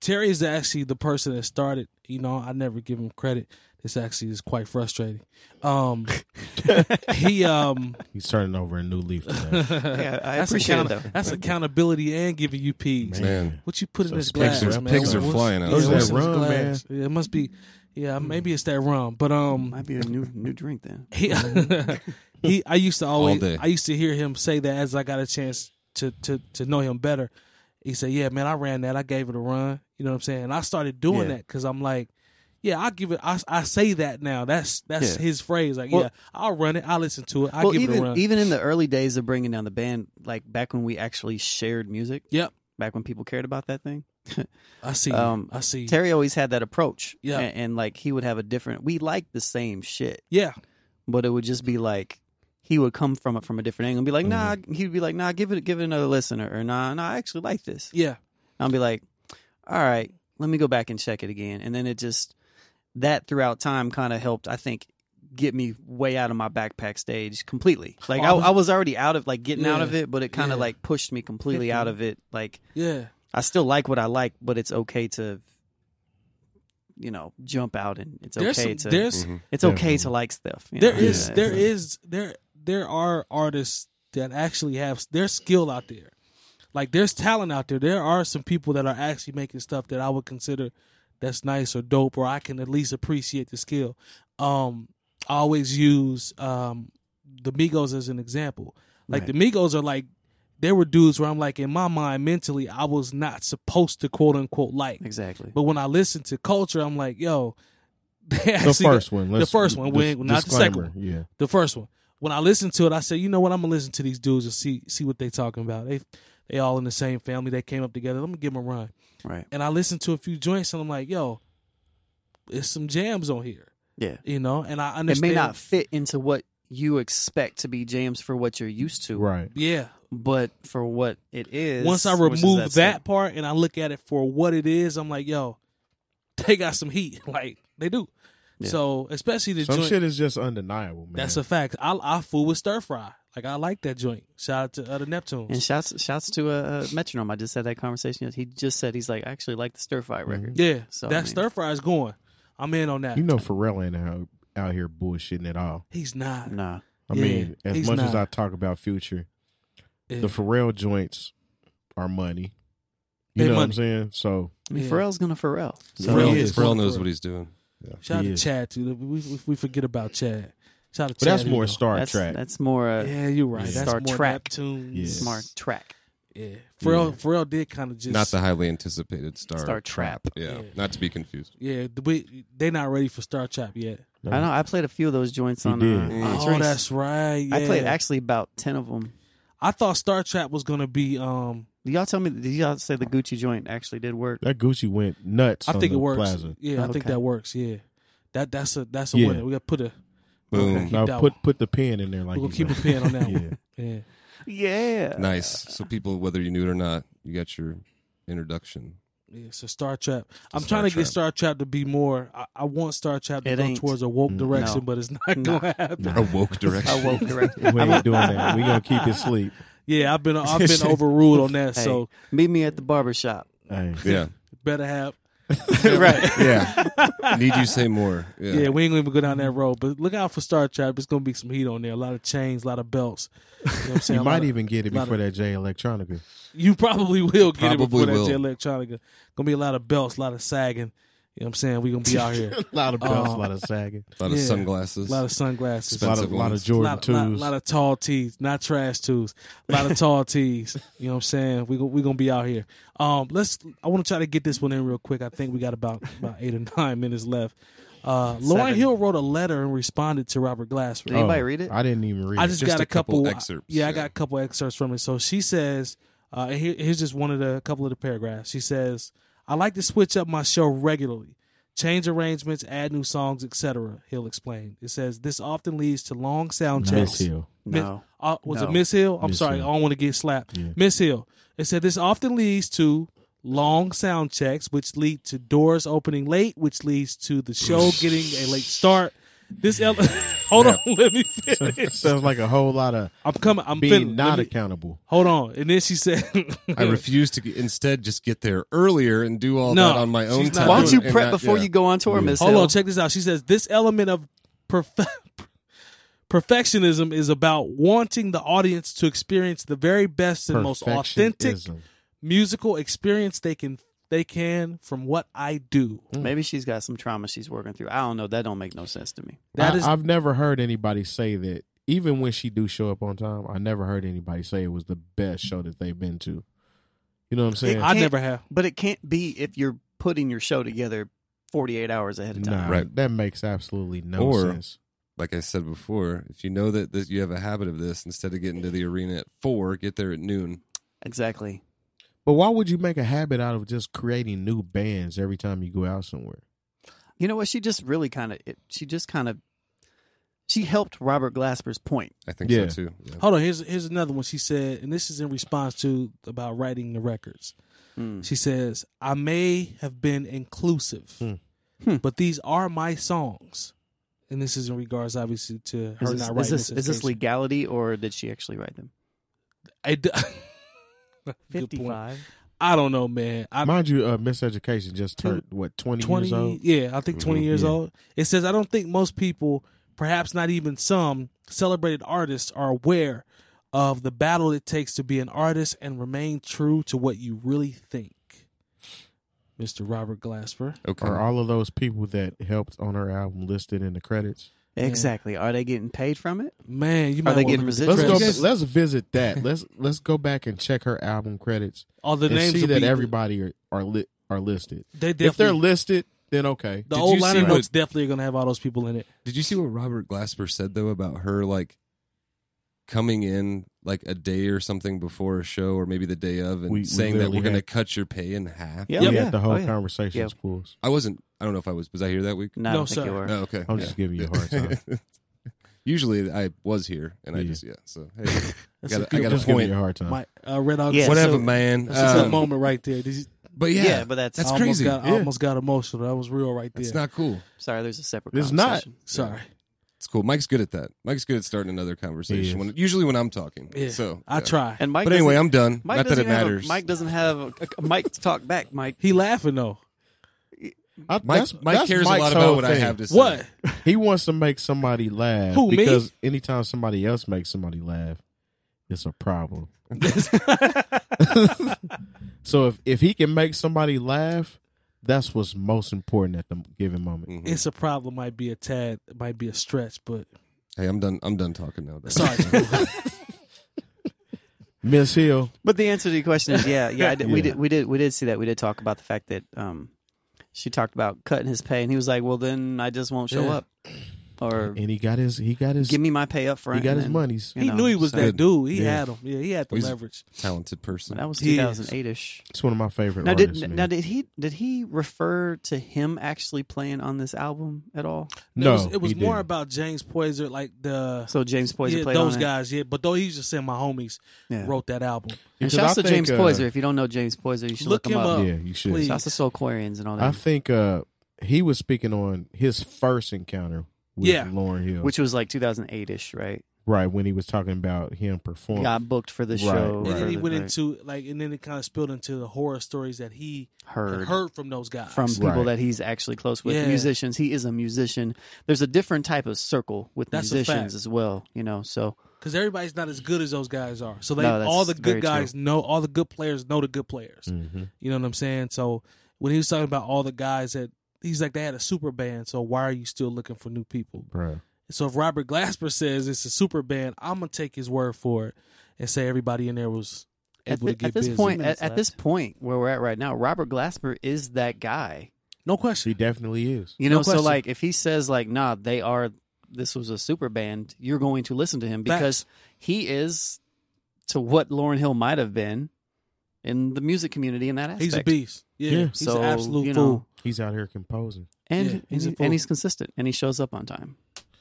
S2: Terry is actually the person that started. You know, I never give him credit. This actually is quite frustrating. Um, he um,
S3: He's turning over a new leaf today.
S4: Yeah, I
S2: that's
S4: appreciate it,
S2: account-
S4: though.
S2: That's accountability and giving you peas.
S5: Man.
S2: What you put in
S3: So
S2: this
S3: pigs
S2: glass,
S3: are-
S2: man?
S3: pigs are
S2: What's-
S5: flying
S2: yeah,
S5: out. It's
S2: what's
S3: that
S2: in this
S3: rum,
S2: glass? Yeah, it must be. Yeah, maybe it's that rum. But um,
S4: Might be a new new drink then.
S2: he, he I used to always
S5: day.
S2: I used to hear him say that as I got a chance to to to know him better. He said, "Yeah, man, I ran that. I gave it a run. You know what I'm saying?" And I started doing
S4: Yeah.
S2: that cuz I'm like, yeah, I give it I, I say that now. That's that's
S4: Yeah.
S2: his phrase like,
S4: Well-
S2: yeah, I'll run it. I'll listen to it. I
S4: well,
S2: give
S4: even
S2: it a run.
S4: even in the early days of bringing down the band, like back when we actually shared music,
S2: yep.
S4: back when people cared about that thing,
S2: I see.
S4: Um,
S2: I see.
S4: Terry always had that approach.
S2: Yeah.
S4: A- And, like he would have a different we liked the same shit,
S2: yeah,
S4: but it would just be like he would come from it from a different angle and be like, nah
S2: Mm-hmm.
S4: he'd be like, nah, give it give it another listen or, or nah, nah, I actually like this.
S2: yeah,
S4: I'll be like, all right, let me go back and check it again. And then it just, that throughout time kind of helped, I think, get me way out of my backpack stage completely. Like,
S2: Oh,
S4: I,
S2: I was-
S4: I was already out of, like, getting out
S2: Yeah,
S4: of it, but it kind of,
S2: yeah.
S4: like, pushed me completely out of it. Like,
S2: yeah.
S4: I still like what I like, but it's okay to, you know, jump out and it's
S2: There's
S4: okay
S2: some,
S4: to,
S2: there's
S3: Mm-hmm.
S5: Mhm.
S4: it's okay to like stuff. you
S2: there
S4: know?
S2: is
S4: Yeah,
S2: there
S4: it's-
S2: is there there are artists that actually have there's skill out there. Like there's talent out there. There are some people that are actually making stuff that I would consider that's nice or dope or I can at least appreciate the skill. Um I always use um the Migos as an example. Like the Migos are like they were dudes where I'm like in my mind mentally I was not supposed to quote unquote like.
S4: Exactly.
S2: But when I listen to culture I'm like, yo, they
S3: The
S2: actually
S3: first one.
S2: the
S3: let's-
S2: first one, we-
S3: dis-
S2: not the second
S3: disclaimer, Yeah.
S2: the first one. When I listened to it, I said, you know what? I'm gonna listen to these dudes and see see what they talking about. They they all in the same family. They came up together. Let me give them a run.
S4: Right.
S2: And I listened to a few joints and I'm like, yo, there's some jams on here,
S4: Yeah.
S2: you know. And I
S4: It
S2: understand.
S4: may not fit into what you expect to be jams for what you're used to.
S3: Right.
S2: Yeah.
S4: but for what it is.
S2: Once I
S4: which is
S2: remove that,
S4: stuff.
S2: part and I look at it for what it is, I'm like, yo, they got some heat. Like they do.
S4: Yeah.
S2: So especially the
S3: Some
S2: joint.
S3: shit is just undeniable, man.
S2: that's a fact. I I fool with stir fry. Like I like that joint. Shout out to other Neptunes.
S4: and shouts shouts to a, a metronome. I just had that conversation. He just said he's like, I actually like the stir fry record.
S2: Yeah,
S4: So, I
S2: that
S4: mean-
S2: stir fry is going. I'm in on that.
S3: You know, Pharrell ain't out, out here bullshitting at all.
S2: he's not.
S4: Nah,
S3: I
S2: Yeah,
S3: mean, as
S2: he's
S3: much as
S2: not.
S3: I talk about future,
S2: Yeah.
S3: the Pharrell joints are money. You
S2: They
S3: know what I'm
S2: money.
S3: saying? So
S4: I mean
S2: Yeah.
S4: Pharrell's gonna Pharrell. So,
S3: Pharrell
S5: Pharrell,
S3: is.
S5: Pharrell knows what he's doing.
S2: Shout out
S3: He
S2: to
S3: is.
S2: Chad too. We, we, we forget about Chad. Shout out to
S3: But
S2: Chad.
S3: that's more
S2: Eagle.
S3: Star
S4: that's
S3: Trek.
S4: that's more uh,
S2: Yeah, you're right.
S3: Yeah.
S2: That's
S4: Star
S2: more
S4: Trek.
S2: Neptunes.
S3: Yeah.
S4: smart track.
S2: Yeah, Pharrell
S3: Yeah.
S2: Pharrell did kind of just
S5: Not the highly anticipated Star,
S4: Star Trap.
S5: Yeah.
S2: Yeah.
S5: not to be confused.
S2: Yeah, the- we, they not ready for Star Chop yet.
S3: No.
S4: I know. I played a few of those joints
S3: He
S4: on.
S3: did.
S4: Uh, on
S5: Mm.
S2: oh,
S4: Trace.
S2: that's right.
S4: I played
S2: yeah.
S4: actually about ten of them.
S2: I thought Star Trap was gonna be. Um,
S4: Did y'all tell me? Did y'all say the Gucci joint actually did work?
S3: That Gucci went nuts.
S2: I
S3: on
S2: think it
S3: the
S2: works.
S3: Plaza.
S2: Yeah, I think
S4: Okay.
S2: that works. Yeah, that that's a that's a
S3: Yeah.
S2: winner. We got to put a
S5: Boom.
S2: Okay.
S3: Now
S2: Keep that
S3: put
S2: one.
S3: put the pen in there, like
S2: we gonna
S3: you
S2: keep a
S3: said.
S2: pin on that one.
S3: Yeah.
S2: Yeah,
S4: Yeah.
S5: Nice. So people, whether you knew it or not, you got your introduction.
S2: yeah. So Star Trap. I'm
S5: Star
S2: trying to
S5: Trap.
S2: get Star Trap to be more. I, I want Star Trap to
S4: It
S2: go
S4: ain't.
S2: towards a woke
S3: Mm.
S2: direction,
S4: No.
S2: but it's not
S4: No.
S2: gonna happen.
S5: A woke direction.
S4: I woke direct.
S3: We ain't doing that. We gonna keep it sleep.
S2: Yeah, I've been I've been overruled on that.
S4: Hey.
S2: So
S4: Meet me at the barber shop.
S3: Hey.
S5: Yeah.
S2: better have.
S4: right.
S5: Yeah. Need you say more? Yeah.
S2: Yeah, we ain't gonna even go down that road. But look out for Star Trap. It's gonna be some heat on there. A lot of chains, a lot of belts. You know what I'm saying?
S3: You
S2: A
S3: might
S2: lot of-
S3: even get it
S2: lot of-
S3: before that J Electronica.
S2: you probably will get it
S5: Probably
S2: before that
S5: will.
S2: J Electronica. Gonna be a lot of belts, a lot of sagging. You know what I'm saying? We gonna be out here.
S3: A lot of belts,
S2: Uh,
S3: a lot of sagging,
S5: A lot of
S2: Yeah.
S5: sunglasses.
S2: A lot of sunglasses.
S3: a lot of,
S5: expensive
S3: lot of
S5: ones.
S2: A
S3: Jordan
S2: lot,
S3: twos.
S2: lot- lot of tall tees, not trash twos. A lot of tall tees. You know what I'm saying? We we gonna be out here. Um, let's. I want to try to get this one in real quick. I think we got about about eight or nine minutes left. Uh, Lauren
S4: Seven.
S2: Hill wrote a letter and responded to Robert Glass.
S4: Did anybody read it?
S3: Oh, I didn't even read.
S2: I
S3: it.
S2: just,
S5: Just
S2: got a
S5: a couple
S2: couple,
S5: excerpts,
S2: Yeah, I
S5: yeah.
S2: got a couple excerpts from it. So she says, uh, and here, here's just one of the couple of the paragraphs. She says, "I like to switch up my show regularly, change arrangements, add new songs, etc." Hill explained. It says this often leads to long sound checks.
S3: Miss Hill.
S2: Miss-
S4: No.
S2: uh, was it
S4: No.
S2: Miss Hill? I'm
S3: Miss
S2: sorry,
S3: Hill.
S2: I don't want to get slapped.
S3: Yeah.
S2: Miss Hill. It said this often leads to long sound checks, which lead to doors opening late, which leads to the show getting a late start. This ele- hold on, let me finish.
S3: Sounds like a whole lot of
S2: I'm coming. I'm
S3: being
S2: fin-
S3: not
S2: let me-
S3: accountable.
S2: hold on, and then she said,
S5: I refuse to. g- Instead, just get there earlier and do all
S2: No,
S5: that on my
S2: she's
S5: own
S2: not Mm-hmm.
S5: time.
S4: Why don't you
S5: and
S4: prep
S5: not-
S4: before
S5: yeah.
S4: you go on tour, Miss
S2: "Hold
S4: Hill?
S2: on, check this out." She says, "This element of perf- perfectionism is about wanting the audience to experience the very best and most authentic
S3: Perfectionism.
S2: musical experience they can they can from what I do."
S4: Maybe she's got some trauma she's working through. I don't know. That don't make no sense to me.
S2: That
S3: I,
S2: is-
S3: I've never heard anybody say that. Even when she do show up on time, I never heard anybody say it was the best show that they've been to. You know what I'm saying?
S2: I
S4: Can't-
S2: never have.
S4: But it can't be if you're putting your show together 48 hours ahead of
S3: nah,
S4: time.
S5: Right.
S3: that makes absolutely no
S5: Or-
S3: sense.
S5: Like I said before, if you know that, that you have a habit of this, instead of getting to the arena at four, get there at noon.
S4: Exactly.
S3: But why would you make a habit out of just creating new bands every time you go out somewhere?
S4: You know what? She just really kind of. She just kind of. She helped Robert Glasper's point.
S5: I think
S3: Yeah.
S5: so too. Yeah.
S2: Hold on, here's here's another one. She said, and this is in response to about writing the records.
S4: Mm. Hmm.
S2: She says, I may have been inclusive,
S3: Hmm.
S4: Hmm.
S2: but these are my songs. And this is in regards, obviously, to her
S4: Is this,
S2: not
S4: is
S2: writing
S4: this, is this
S2: instrument.
S4: legality or did she actually write them?
S2: I d- Good point.
S4: Fifty-five.
S2: I don't know, man. I'm
S3: Mind you, uh, miseducation just turned what twenty, years old.
S2: Yeah, I think 20
S3: Mhm,
S2: years
S3: yeah.
S2: old. It says, I don't think most people, perhaps not even some, celebrated artists are aware of the battle it takes to be an artist and remain true to what you really think. Mr. Robert Glasper.
S5: Okay.
S3: Are all of those people that helped on her album listed in the credits?
S4: Exactly. Are they getting paid from it?
S2: Man, you
S4: Are
S2: might
S4: they
S2: wanna
S4: getting
S2: look at the
S3: Let's
S4: Let's
S3: go.
S4: Credits.
S2: credits.
S3: Let's visit that. Let's let's go back and check her album credits
S2: All the
S3: and
S2: names
S3: see
S2: will
S3: that
S2: be-
S3: everybody are are, li- are listed.
S2: They
S3: If they're
S2: definitely-
S3: listed, then okay.
S2: the
S5: Did
S2: old
S5: you
S2: liner
S5: see
S2: notes
S5: what-
S2: definitely are gonna have all those people in it.
S5: Did you see what Robert Glasper said though about her like coming in like a day or something before a show or maybe the day of and
S3: We- we
S5: saying that
S3: literally
S5: we're going to
S3: had-
S5: cut your pay in half?
S4: Yeah.
S3: we
S2: Yeah.
S3: had the whole
S4: Oh, yeah.
S3: conversation
S4: Yeah.
S3: at schools.
S5: I wasn't. I don't know if I was. Was I here that week?
S4: No, I
S2: No,
S4: don't think
S2: sir.
S4: you are.
S5: Oh, okay.
S3: I'm just giving you a hard time.
S5: Usually I was here and I
S3: Yeah.
S5: just yeah. So hey,
S2: That's
S5: Got
S2: a
S5: it. I
S2: good
S5: got
S2: one.
S3: Just giving
S5: point.
S3: you a hard time.
S2: My uh, red Hawk.
S4: Yeah,
S5: whatever,
S4: so-
S5: man.
S2: That's a good
S5: Um,
S2: moment right there. Did you-
S5: but yeah,
S4: but that's,
S5: that's
S2: I almost
S5: crazy.
S2: Got, I
S3: Yeah.
S2: almost got emotional. That was real right there.
S5: It's not cool.
S4: sorry. There's a separate.
S3: It's not.
S4: conversation.
S2: Sorry.
S5: It's cool. Mike's good at that. Mike's good at starting another
S3: He is.
S5: conversation. When, usually when I'm talking.
S2: Yeah.
S5: So
S2: I
S5: yeah.
S2: try.
S4: And Mike.
S5: But anyway,
S4: doesn't-
S5: I'm done.
S4: Mike
S5: Not that
S4: doesn't
S5: it
S4: have a-
S5: matters.
S4: Mike doesn't have a, a Mike to talk back. Mike.
S2: he laughing though.
S3: I-
S5: Mike,
S3: that's-
S5: Mike
S3: that's
S5: cares a
S3: Mike's
S5: lot about
S3: whole
S5: what I
S3: thing.
S5: have to say.
S2: What?
S3: He wants to make somebody laugh.
S2: Who, me?
S3: because anytime somebody else makes somebody laugh, it's a problem. so if if he can make somebody laugh, that's what's most important at the given moment.
S5: Mhm.
S2: it's a problem. Might be a tad. Might be a stretch, but
S5: Hey, I'm done. I'm done talking now. though.
S2: sorry.
S3: Miss Hill,
S4: But the answer to your question is yeah, yeah, I did, We
S3: Yeah.
S4: did, we did, we did see that. We did talk about the fact that um, she talked about cutting his pay, and he was like, "Well, then I just won't show
S2: Yeah.
S4: up, or
S3: and he got his he got his
S4: give me my pay up front."
S3: he got
S4: and
S3: his
S4: then-
S3: monies.
S4: you
S2: he
S4: know,
S2: knew he was
S4: so-
S2: that dude. He
S3: Yeah.
S2: had him. Yeah, he had the
S5: He's-
S2: leverage.
S5: Talented person.
S4: That was
S2: He is.
S4: 2008 ish.
S3: It's one of my favorite
S4: Now
S3: artists.
S4: did
S3: man.
S4: now did he did he refer to him actually playing on this album at all?
S3: no,
S2: it was, it was
S3: he
S2: more
S3: didn't.
S2: about James Poyser, like the
S4: So James Poyser
S2: yeah,
S4: played
S2: those
S4: on
S2: guys. Yeah, but though he was just saying my homies
S4: it. Yeah.
S2: wrote that album.
S4: And
S3: Because
S4: shouts
S3: I
S4: to James
S3: think, uh,
S4: Poyser. If you don't know James Poyser, you should
S2: look
S4: look,
S2: him up.
S3: Yeah, you should.
S2: Please.
S4: Shouts to Soul Quarians and all
S3: I
S4: that,
S3: think uh, he was speaking on his first encounter with
S2: Yeah.
S3: Lauren Hill,
S4: which was like 2008 ish, right?
S3: right when he was talking about him performing.
S4: Got booked for the
S3: Right,
S4: show.
S2: And then
S3: right.
S2: he
S4: for the-
S2: went
S4: right.
S2: into like, and then it kind of spilled into the horror stories that he had
S4: heard.
S2: heard from those guys.
S4: from people
S3: Right.
S4: that he's actually close with.
S2: Yeah.
S4: Musicians, he is a musician. There's a different type of circle with
S2: That's a fact.
S4: musicians as well, you know. So
S2: because everybody's not as good as those guys are. So they
S4: No, that's
S2: all the
S4: very
S2: good
S4: true.
S2: guys know all the good players know the good players.
S3: hmm
S2: You know what I'm saying? So when he was talking about all the guys that he's like they had a super band, so why are you still looking for new people?
S3: Right.
S2: So if Robert Glasper says it's a super band, I'm gonna take his word for it and say everybody in there was
S4: at,
S2: able
S4: thi-
S2: to get
S4: at this
S2: busy.
S4: point,
S2: Minutes
S4: at, at this point where we're at right now, Robert Glasper is that guy.
S2: no question.
S3: He definitely is.
S4: You
S2: No
S4: know, so
S2: question.
S4: like if he says like, "Nah, they are this was a super band," you're going to listen to him because he is to what Lauren Hill might have been in the music community in that aspect.
S2: he's a beast. Yeah,
S3: Yeah.
S2: he's
S4: So,
S2: an absolute
S4: you know,
S2: fool.
S3: He's out here composing.
S4: And,
S2: Yeah, he's
S4: he's
S2: a
S4: and,
S2: fool.
S4: he's consistent and he shows up on time.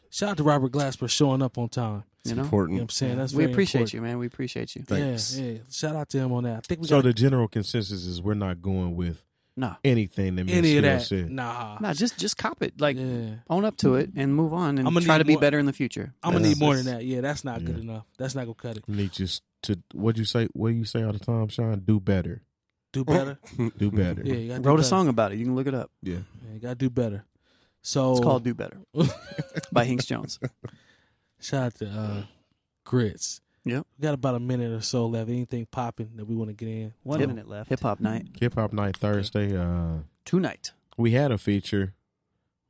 S2: Shout out to Robert Glasper showing up on time.
S5: It's
S4: you know?
S2: You know what I'm
S3: Mm.
S5: important.
S2: saying? That's
S4: we
S2: very
S4: appreciate
S2: important.
S4: you, man. We appreciate you.
S5: Thanks.
S2: Yeah, yeah. Shout out to him on that. I think we
S3: So
S2: got
S3: the general consensus is we're not going with
S4: Nah.
S3: anything that Miss
S2: any
S3: Hill
S2: of that.
S3: said.
S2: Nah,
S4: No, just just cop it. Like
S2: yeah.
S4: own up to it and move on and
S2: I'ma
S4: try
S2: need
S4: to be
S2: more-
S4: better in the future.
S2: I'm gonna
S3: Yeah.
S2: need more than that. Yeah, that's not good
S3: Yeah.
S2: enough. That's not gonna cut it.
S3: Need just to what you say. What you say all the time, Sean? Do better.
S2: Do better.
S3: Do better.
S2: Yeah, you gotta do
S4: Wrote a
S2: better.
S4: song about it. You can look it up.
S5: Yeah.
S2: Yeah, you gotta do better. So
S4: It's called Do Better by Hinks Jones.
S2: shout out to uh, Grits.
S4: Yep.
S2: we got about a minute or so left. Anything popping that we want to get in?
S6: One
S4: Yep.
S6: minute left.
S4: Hip hop night.
S3: Hip Hop Night Thursday. Uh,
S4: Tonight.
S3: we had a feature,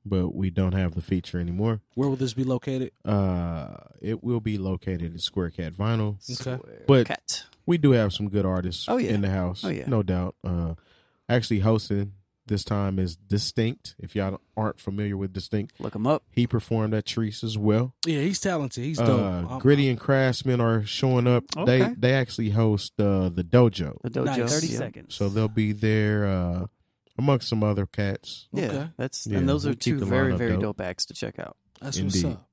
S3: but we don't have the feature anymore.
S2: Where will this be located?
S3: Uh, it will be located at Square Cat Vinyl.
S2: Okay.
S3: But-
S4: Cat.
S3: We do have some good artists
S4: Oh, yeah.
S3: in the house,
S4: Oh, yeah.
S3: no doubt. Uh, actually hosting this time is Distinct. If y'all aren't familiar with Distinct,
S4: Look them up.
S3: he performed at Treese as well.
S2: Yeah, he's talented. He's dope.
S3: Uh,
S2: I'm-
S3: Gritty and Craftsman are showing up. They
S4: Oh, Okay.
S3: they actually host uh, the dojo,
S4: The dojo.
S2: Nice.
S4: 30
S2: Yeah.
S4: seconds.
S3: so they'll be there uh, amongst some other cats.
S4: yeah,
S2: Okay.
S4: that's
S3: Yeah,
S4: and those
S3: we'll
S4: are
S3: keep
S4: two
S3: the
S4: very
S3: lineup
S4: very
S3: dope.
S4: dope acts to check out.
S2: That's
S3: Indeed.
S2: what's up.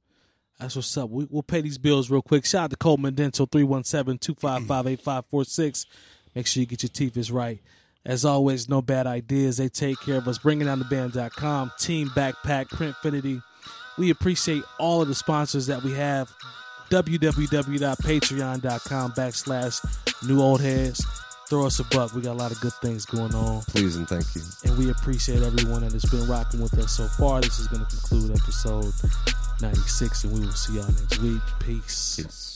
S2: That's what's up. We, we'll pay these bills real quick. Shout out to Coleman Dental, 317 255 8546. Make sure you get your teeth is right. As always, no bad ideas. They take care of us. Bringing down the band.com, Team Backpack, Printfinity. We appreciate all of the sponsors that we have. www.patreon.com backslash new old heads. Throw us a buck. We got a lot of good things going on
S5: Please and thank you.
S2: and we appreciate everyone that has been rocking with us so far. This is going to conclude episode 96, and we will see y'all next week. Peace.
S5: Peace.